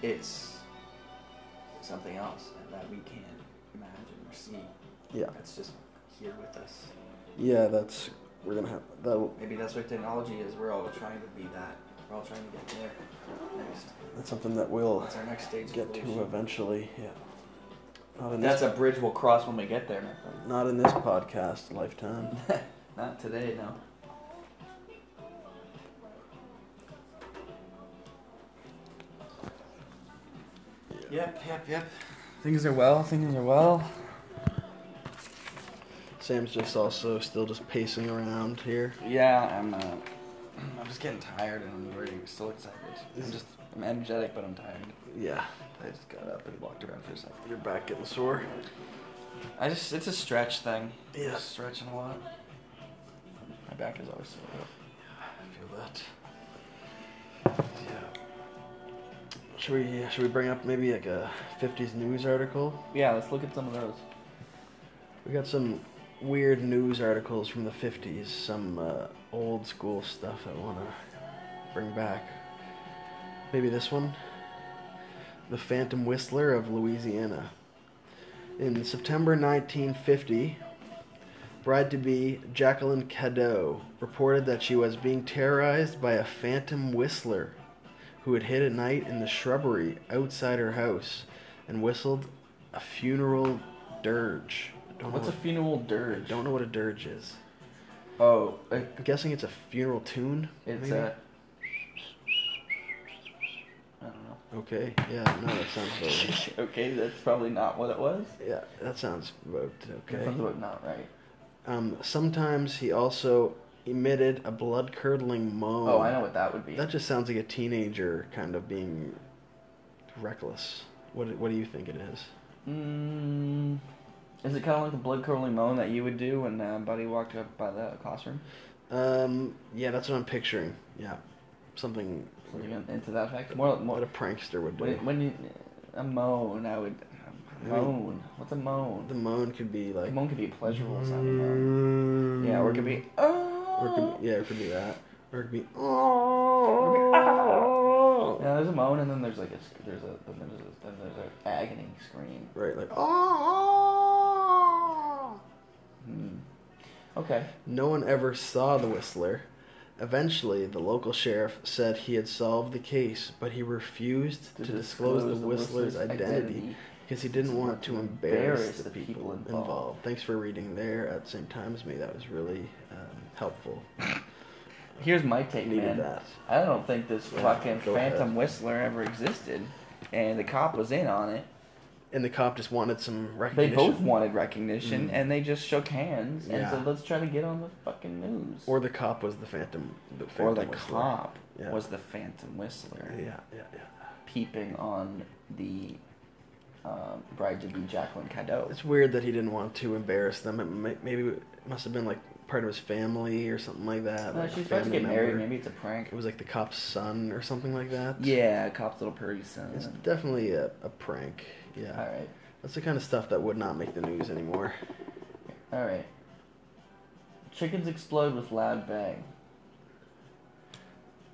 It's something else that we can't imagine or see. Yeah. That's just here with us. Yeah, that's we're gonna have that. Maybe that's what technology is. We're all trying to be that. We're all trying to get there. Next. That's something that we'll That's our next stage. of get to evolution. eventually. Yeah. Not in That's this, a bridge we'll cross when we get there, my friend. not in this podcast lifetime. Not today, no. Yep, yep, yep. Things are well, things are well. Sam's just also still just pacing around here. Yeah, I'm uh, I'm just getting tired and I'm very still excited. I'm just I'm energetic but I'm tired. Yeah, I just got up and walked around for a second. your back getting sore. I just it's a stretch thing. Yeah. Stretching a lot. My back is always so I feel that. Yeah. Should we should we bring up maybe like a '50s news article? Yeah, let's look at some of those. We got some weird news articles from the 50s, some uh, old school stuff I want to bring back. Maybe this one The Phantom Whistler of Louisiana. In September 1950, bride to be Jacqueline Cadeau reported that she was being terrorized by a phantom whistler who had hid at night in the shrubbery outside her house and whistled a funeral dirge. Don't What's know a what- funeral dirge? don't know what a dirge is. Oh, uh, I'm guessing it's a funeral tune. it's maybe? a. I don't know. Okay. Yeah. No, that sounds about right. okay, that's probably not what it was. Yeah, that sounds about That okay. sounds about not right. Um, sometimes he also emitted a blood-curdling moan. Oh, I know what that would be. That just sounds like a teenager kind of being reckless. What What do you think it is? Mm, is it kind of like the blood curdling moan that you would do when uh, Buddy walked up by the classroom? Um. Yeah, that's what I'm picturing. Yeah, something Something in- into that effect? More, what a more prankster would do. when, when you a moan, I would I mean- moan. What's a moan? the moan could be A like. moan could be pleasurable sounding moan. Yeah, or it could be Or it oh. could be, yeah, it could be that. Or it could be oh. Yeah, there's a moan, and then there's like a sc- there's a then there's a, then there's an agony scream. Right, like oh. Hmm. Okay. No one ever saw the whistler. Eventually, the local sheriff said he had solved the case, but he refused to, disclose, the whistler's, identity, because he didn't want to embarrass, the people, involved. Thanks for reading there at the same time as me. That was really um, helpful. Here's my take, Needed man. that. I don't think this Yeah, fucking go phantom ahead. whistler ever existed, and the cop was in on it. And the cop just wanted some They recognition. both wanted recognition, Mm. and they just shook hands and Yeah. said, "Let's try to get on the fucking news." Or the cop was the phantom. The phantom Or the whistler. cop Yeah. was the phantom whistler Yeah, yeah, yeah. peeping on the um, bride to be Jacqueline Cadeau. It's weird that he didn't want to embarrass them. It may, maybe it must have been like part of his family or something like that. Uh, like a she's about to family get married. member. Maybe it's a prank. It was like the cop's son or something like that. Yeah, cop's little purdy son. It's definitely a, a prank. Yeah. All right, That's the kind of stuff that would not make the news anymore. all right. Chickens explode with loud bang.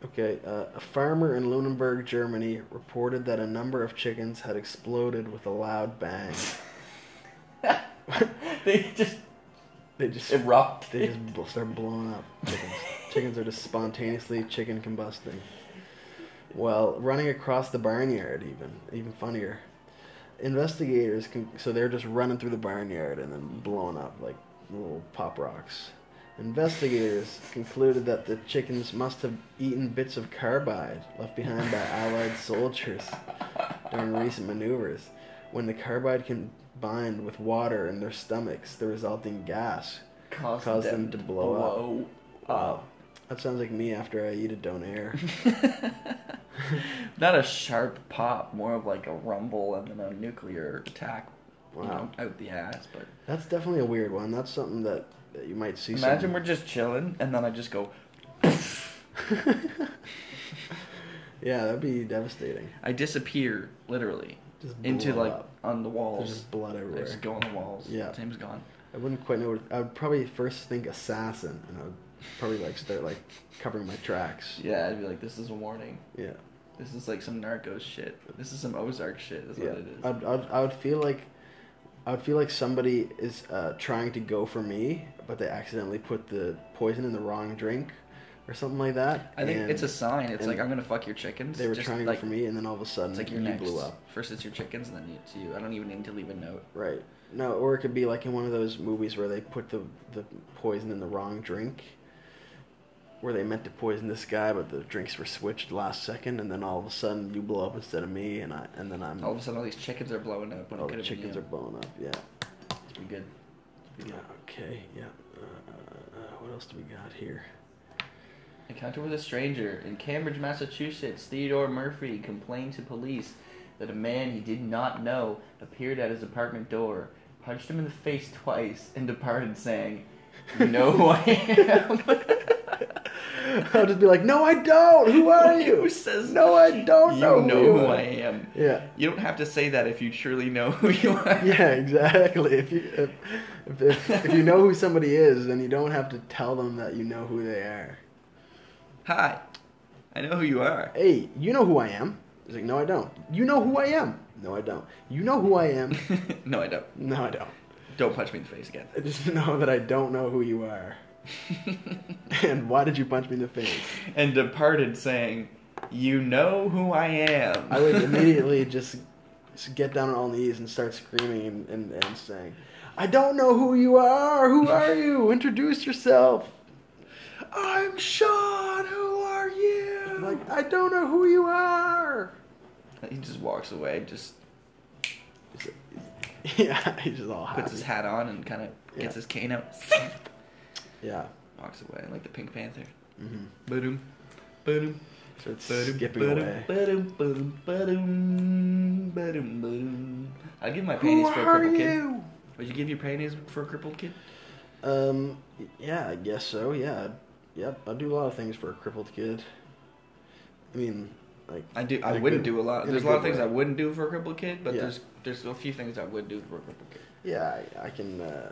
Okay, uh, a farmer in Lunenburg, Germany reported that a number of chickens had exploded with a loud bang. they just They just erupt. they just bl- start blowing up. Chickens. chickens are just spontaneously chicken combusting. Well, running across the barnyard, even even funnier. Investigators can so they're just running through the barnyard and then blowing up like little pop rocks. Investigators concluded that the chickens must have eaten bits of carbide left behind by Allied soldiers during recent maneuvers. When the carbide combined with water in their stomachs, the resulting gas Cause, cause them to blow up. Wow. That sounds like me after I eat a donair. Not a sharp pop, more of like a rumble and then a nuclear attack. You Wow. know, out the ass. But That's definitely a weird one. That's something that, that you might see. imagine some- we're just chilling and then I just go. yeah, that'd be devastating. I disappear literally Just into blow like up. on the walls. There's just blood I everywhere. just go on the walls. Yeah. Tim's gone. I wouldn't quite know. What, I would probably first think assassin, and I would probably like start like covering my tracks. Yeah, I'd be like, this is a warning. Yeah, This is like some Narcos shit. This is some Ozark shit. That's yeah. Uh, what it is. I'd, I'd, I would feel like. I would feel like somebody is uh, trying to go for me, but they accidentally put the poison in the wrong drink, or something like that. I think and it's a sign. It's and like I'm gonna fuck your chickens. They were Just, trying to like, go for me, and then all of a sudden, It's like you you're next. blew up. First it's your chickens, and then it's you. I don't even need to leave a note. Right. No, or it could be like in one of those movies where they put the the poison in the wrong drink, where they meant to poison this guy, but the drinks were switched last second, and then all of a sudden you blow up instead of me, and I and then I'm All of a sudden, all these chickens are blowing up. When all it the could chickens are Oh, been blown up. Yeah. you. Be good. Yeah. Okay. Yeah. Uh, uh, uh, what else do we got here? Encounter with a stranger in Cambridge, Massachusetts. Theodore Murphy complained to police that a man he did not know appeared at his apartment door, punched him in the face twice, and departed, saying, "You know who I am." I'll just be like, no, I don't. Who are you? Who says no, I don't You know. know, you who are." I am. Yeah. You don't have to say that if you truly know who you are. Yeah, exactly. If you if, if, if, if you know who somebody is, then you don't have to tell them that you know who they are. Hi, I know who you are. Hey, you know who I am? He's like, no, I don't. You know who I am? No, I don't. You know who I am? no, I don't. No, I don't. Don't punch me in the face again. I just know that I don't know who you are. and why did you punch me in the face? and departed saying, "You know who I am." I would immediately just s- get down on all knees and start screaming and, and, and saying, I don't know who you are. Who are you? Introduce yourself. I'm Sean. Who are you? I'm like, I don't know who you are. he just walks away. Just Yeah, he's just all puts his happy. hat on and kind of gets Yeah. his cane out. Yeah. walks away like the Pink Panther. Mhm. Boom, boom. Starts Ba-dum, skipping ba-dum, away. ba-dum, ba-dum, ba-dum, ba-dum, ba-dum. I'd give my Who panties for a are crippled kid. you? Would you give your panties for a crippled kid? Um, yeah, I guess so. Yeah, yep. I do a lot of things for a crippled kid. I mean, like I do. in I a wouldn't good- do a lot. in There's a good lot of things way. I wouldn't do for a crippled kid, but Yeah. there's there's a few things I would do for a crippled kid. Yeah, I, I can. Uh,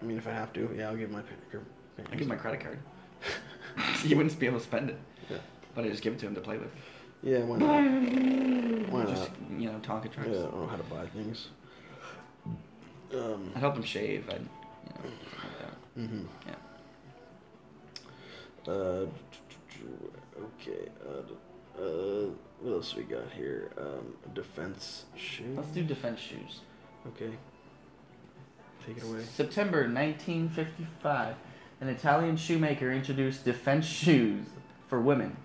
I mean, if I have to, yeah, I'll give my. pa- cri- I give my credit card. panties. he wouldn't be able to spend it. Yeah. But I just give it to him to play with. yeah, why not? Why Just not? you know, Tonka Uh, Yeah, I trucks. don't know how to buy things. Um. I'd help him shave. I'd you know. something like that. hmm Yeah. Uh. Okay. Uh. Uh. What else we got here? Um. Defense shoe. Let's do defense shoes. Okay. Take it away. September 1955, an Italian shoemaker introduced defense shoes for women.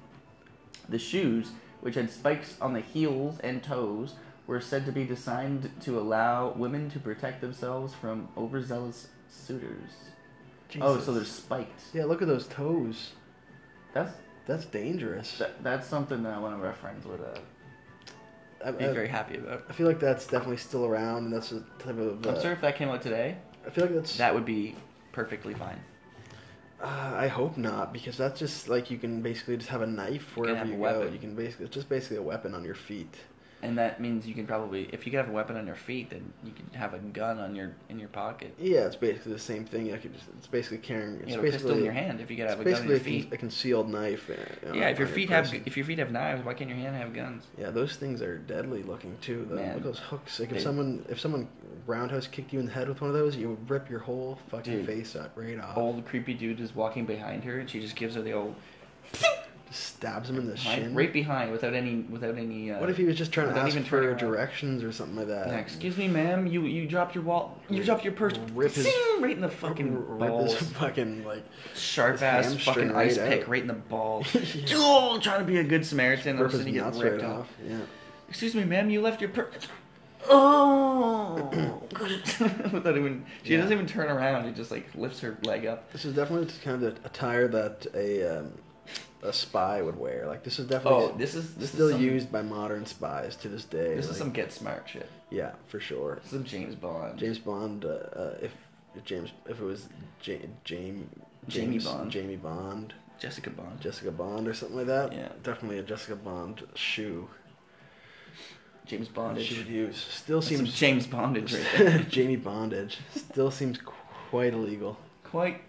The shoes, which had spikes on the heels and toes, were said to be designed to allow women to protect themselves from overzealous suitors. Oh, so they're spiked. Yeah, look at those toes. That's That's dangerous. that, that's something that one of our friends would uh, I, be I- very happy about. I feel like that's definitely still around, and that's a type of. I'm Uh, sure if that came out today, I feel like that's. that would be perfectly fine. uh, I hope not, because that's just like you can basically just have a knife You can wherever have you, a go. weapon. You can basically it's just basically a weapon on your feet. And that means you can probably, if you could have a weapon on your feet, then you could have a gun on your in your pocket. Yeah, it's basically the same thing. I could just, it's basically carrying. It's You have a basically pistol in your hand if you could It's have a gun on basically your a, con- feet. a concealed knife. uh, Yeah, on- if your on feet have person. if your feet have knives, why can't your hand have guns? Yeah, those things are deadly looking too. Though. Man. Look at those hooks. Like if They- someone if someone roundhouse kicked you in the head with one of those, you would rip your whole Dude. fucking face up right off. Old creepy dude is walking behind her, and she just gives her the old Just stabs him in the behind, shin. right behind without any without any. Uh, What if he was just trying to Without ask even for turning around. directions or something like that? Yeah, excuse me, ma'am. You you dropped your wall. You dropped your purse. Rip his- right in the R- fucking rip balls. his fucking like Sharp his ass hamstring fucking right ice pick out. right in the balls. Yeah. Oh, trying to be a good Samaritan. rip I'm his sitting nuts getting right ripped off. off. Yeah. Excuse me, ma'am. You left your purse. Oh, without even she Yeah. doesn't even turn around. She just like lifts her leg up. This is definitely the kind of attire that a um, a spy would wear. Like this is definitely Oh, this is this still is some, used by modern spies to this day. This like- is some get smart shit. yeah for sure. This is some James Bond. James Bond. Uh, uh, if, if James if it was ja- James Jamie James- Bond. Jamie Bond, Jessica Bond. Jessica Bond, or something like that. Yeah. Definitely a Jessica Bond shoe. James that Bondage. She would use. Still That's some seems James Bondage right there. Jamie Bondage still seems quite illegal. Quite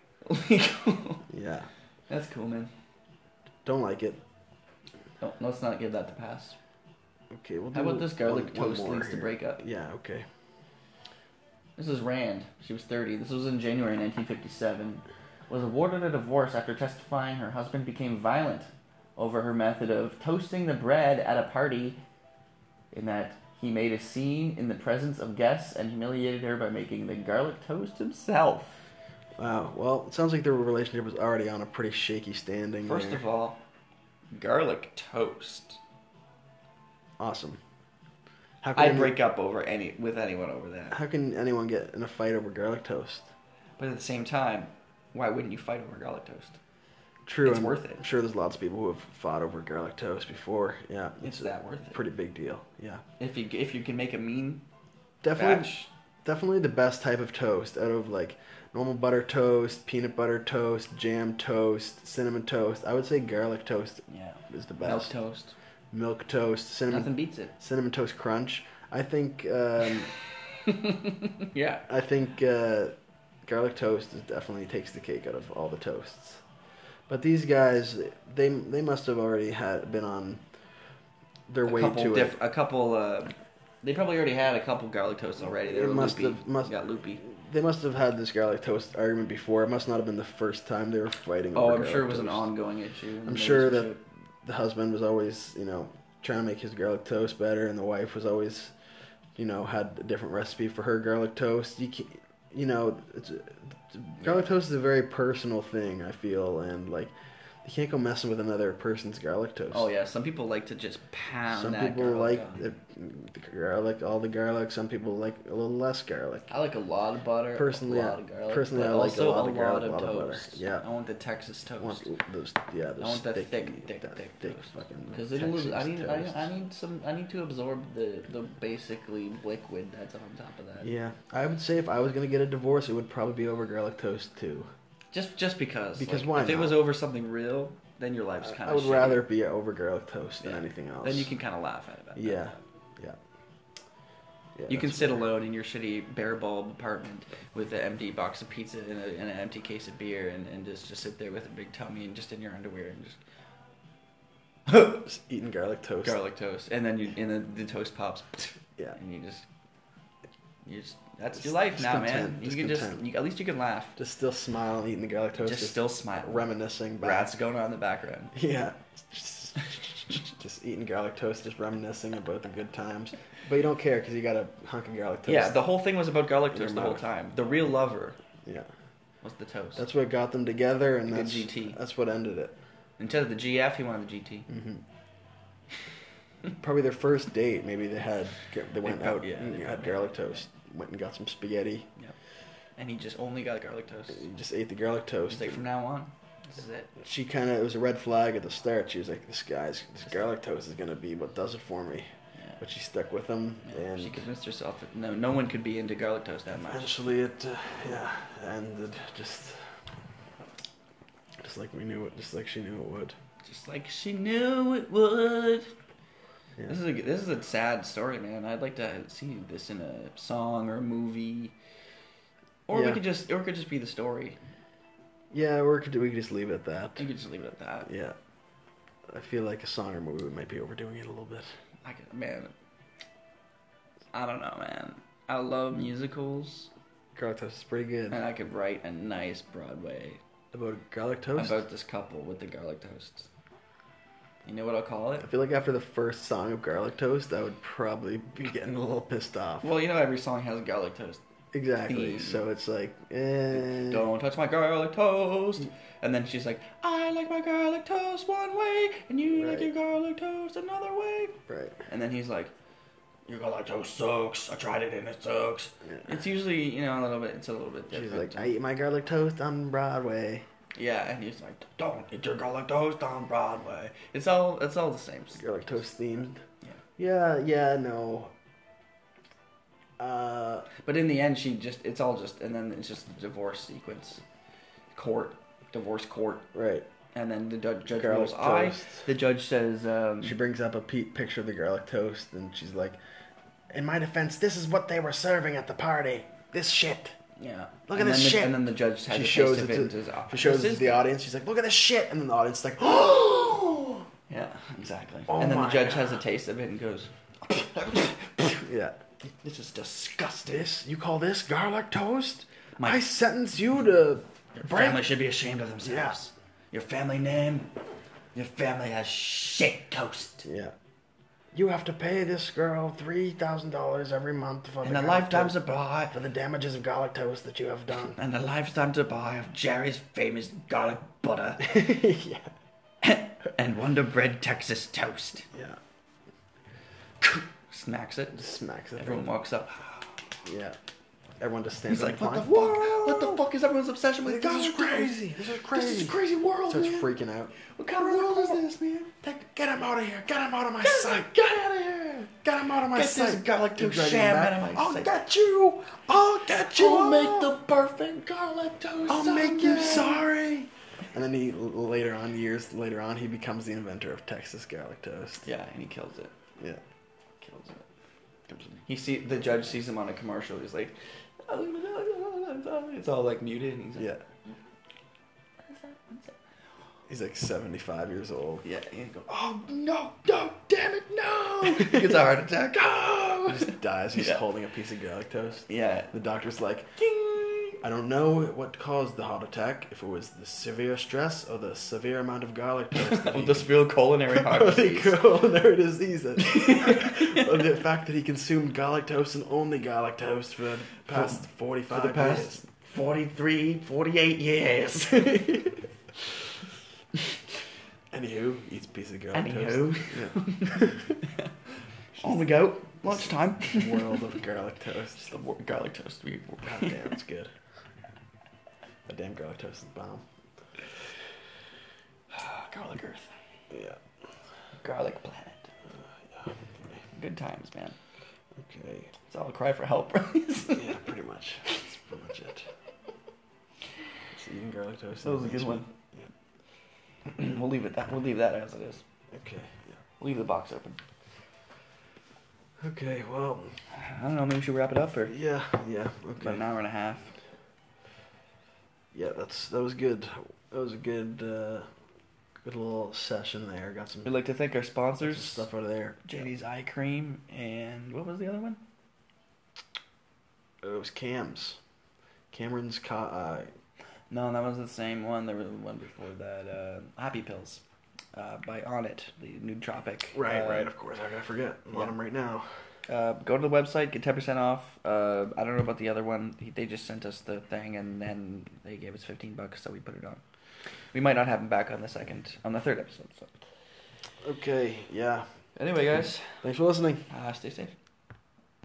legal. Yeah, That's cool, man. don't like it. No, let's not give that the pass. Okay, we'll do How about this garlic one- one toast more leads to here. breakup? Yeah, okay. This is Rand. She was 30. This was in January 1957. Was awarded a divorce after testifying her husband became violent over her method of toasting the bread at a party, in that he made a scene in the presence of guests and humiliated her by making the garlic toast himself. Wow. Well, it sounds like their relationship was already on a pretty shaky standing. First there. of all, garlic toast. awesome. How I can break up over any with anyone over that. How can anyone get in a fight over garlic toast? But at the same time, why wouldn't you fight over garlic toast? True. It's I'm worth it. sure there's lots of people who have fought over garlic toast before. Yeah, It's that worth it. pretty big deal. Yeah, If you if you can make a mean definitely, batch, definitely the best type of toast out of like normal butter toast, peanut butter toast, jam toast, cinnamon toast. I would say garlic toast Yeah. is the Milk best. toast. Milk toast, cinnamon Nothing beats it. cinnamon toast crunch. I think um, yeah. I think uh, garlic toast is definitely takes the cake out of all the toasts. But these guys, they they must have already had been on their a way couple to diff- A couple. Uh, they probably already had a couple garlic toasts already. They It were must loopy. have- must- got loopy. it. They must have had this garlic toast argument before. It must not have been the first time they were fighting. Oh, over I'm sure it garlic was an toast. ongoing issue. in I'm the sure that relationship. the husband was always, you know, trying to make his garlic toast better, and the wife was always, you know, had a different recipe for her garlic toast. You can, you know, it's, garlic toast is a very personal thing. I feel and like you can't go messing with another person's garlic toast. Oh yeah, some people like to just pound. Some that people garlic uh, like on. the, the garlic, all the garlic. Some people like a little less garlic. I like a lot of butter. Personally, a lot I- of garlic, personally, but I like a also lot of garlic, of a lot of butter. toast. Yeah. I want the Texas toast. I want those, yeah, those I want that sticky- thick, thick, that thick, thick toast. fucking. Because it'll. Texas I need. I, toast. I need some. I need to absorb the the basically liquid that's on top of that. Yeah, I would say if I was gonna get a divorce, it would probably be over garlic toast too. Just just because. Because like, why If it was not? over something real, then your life's kind of. I would rather be over garlic toast than Yeah. anything else. Then you can kind of laugh at it. about Yeah, that. yeah. yeah You can that's sit fair. alone in your shitty bare bulb apartment with an empty box of pizza and, a, and an empty case of beer and, and just, just sit there with a big tummy and just in your underwear and just Just eating garlic toast. garlic toast and then you and then the toast pops Yeah. and you just you just that's Just- your life just now content, man you just can just content. you, at least you can laugh Just still smiling, eating the garlic toast. just, still smile reminiscing. Back. rats going on in the background Yeah. just eating garlic toast, just reminiscing about the good times. But you don't care because you got a hunk of garlic toast. yeah the whole thing was about garlic In your toast the whole mouth. time the real lover yeah. was the toast That's what got them together, and Good that's GT. that's what ended it. instead of the gf he wanted the gt Mm-hmm. probably their first date. Maybe they had they went out yeah, and they had probably- garlic toast. Went and got some spaghetti. and he just only got garlic toast and Just ate the garlic He's toast. like, from now on, this is it. She kind of it was a red flag at the start. She was like, "This guy's this garlic toast is gonna be what does it for me." But she stuck with him, Yeah, and she convinced herself that no, no one could be into garlic toast that much. eventually it, uh, yeah, ended just just like we knew it, just like she knew it would. Just like she knew it would. Yeah. This is a this is a sad story, man. I'd like to see this in a song or a movie, or we Yeah. could just or it could just be the story. Yeah, or could we could just leave it at that. You could just leave it at that. Yeah, I feel like a song or movie we might be overdoing it a little bit. I could, man. I don't know, man. I love musicals, Garlic toast is pretty good. and I could write a nice Broadway About garlic toast. about this couple with the garlic toast. You know what I'll call it? I feel like after the first song of Garlic Toast, I would probably be getting a little pissed off. Well, you know every song has garlic toast. theme. exactly. So it's like, eh. Don't touch my garlic toast. And then she's like, I like my garlic toast one way, and you like Right. your garlic toast another way. Right. And then he's like, Your garlic toast sucks. I tried it and it sucks. It's usually, you know, a little bit. It's a little bit She's different. like, I eat my garlic toast on Broadway. yeah, and he's like, Don't eat your garlic toast on Broadway. It's all, it's all the same. Garlic toast themed. Yeah. Yeah. No. Uh, But in the end, she just, it's all just, and then it's just the divorce sequence, court, divorce court, right. and then the judge, judge Garlic rules I. toast. The judge says, um, She brings up a pe- picture of the garlic toast, and she's like, "In my defense, this is what they were serving at the party. This shit." Yeah. Look and at this then the, shit. And then the judge has She a shows taste it of it. to, and says, "Ah, she shows this it to is the good." audience. She's like, "Look at this shit," and then the audience is like, "Oh." Yeah, exactly. Oh and then the my judge God. has a taste of it and goes, yeah. "This is disgusting. This you call this garlic toast? My- I sentence you to Your break- family should be ashamed of themselves. Your family name. Your family has shit toast." Yeah. You have to pay this girl three thousand dollars every month for And the a garlic lifetime toast- supply. for the damages of garlic toast that you have done. And a lifetime supply of Jerry's famous garlic butter yeah. and Wonder Bread Texas toast. Yeah. Smacks it. Smacks it. Everyone walks up. Yeah. everyone just stands He's up like, what and the climbs. fuck? What the fuck is everyone's obsession with This God? is crazy. This is crazy. This is a crazy world, Starts man. freaking out. What kind of world is this, man? Take- Get him out of here. Get him out of my sight. Get out of here! Get him out of my Get this sight. galactose Drag him sham out back. of my I'll sight. get you. I'll get you. I'll make all. the perfect garlic toast. I'll make you someday. sorry. And then he l- later on, years later on, he becomes the inventor of Texas garlic toast. Yeah, and he kills it. Yeah. Kills it. He see the judge sees him on a commercial. He's like, it's all like muted. And he's like, Yeah. He's like 75 years old. yeah. And he goes, oh no, no, damn it, no! he gets a heart attack. Oh! He just dies. He's Yeah. holding a piece of garlic toast. yeah. The doctor's like, I don't know what caused the heart attack, if it was the severe stress or the severe amount of garlic toast. that he Oh, With this real culinary heart Or the disease. coronary disease. that- or the fact that he consumed garlic toast and only garlic toast for the past 45 the past- 43, 48 years. years. Anywho, eats a piece of garlic toast. On we go. Lunchtime. Yeah. World of garlic toast. Just the wor- garlic toast. We, God damn, it's good. That damn garlic toast is bomb. garlic earth. Yeah. Garlic planet. Good times, man. Okay. It's all a cry for help, really. Yeah, pretty much. That's pretty much it. So eating garlic toast. That was a good one. we'll leave it that. We'll leave that as it is. Okay. Yeah. We'll leave the box open. Okay. Well. I don't know. Maybe we should wrap it up for Yeah. Yeah. Okay. about an hour and a half. Yeah, that's that was good. That was a good, uh, good little session there. Got some, We'd like to thank our some sponsors, stuff out of there. JD's Eye Cream, and what was the other one? Uh, It was Cam's, Cameron's. Co- uh, No, that was the same one. There was one before that. Uh, Happy Pills, uh, by Onnit, the nootropic. right, uh, right. Of course, how could I forget? I'm on yeah. them right now. Uh, go to the website, get ten percent off. Uh, I don't know about the other one. He- They just sent us the thing, and then they gave us fifteen bucks, so we put it on. We might not have him back on the second, on the third episode. So, Okay. Yeah. anyway, guys, Thanks for listening. uh, stay safe.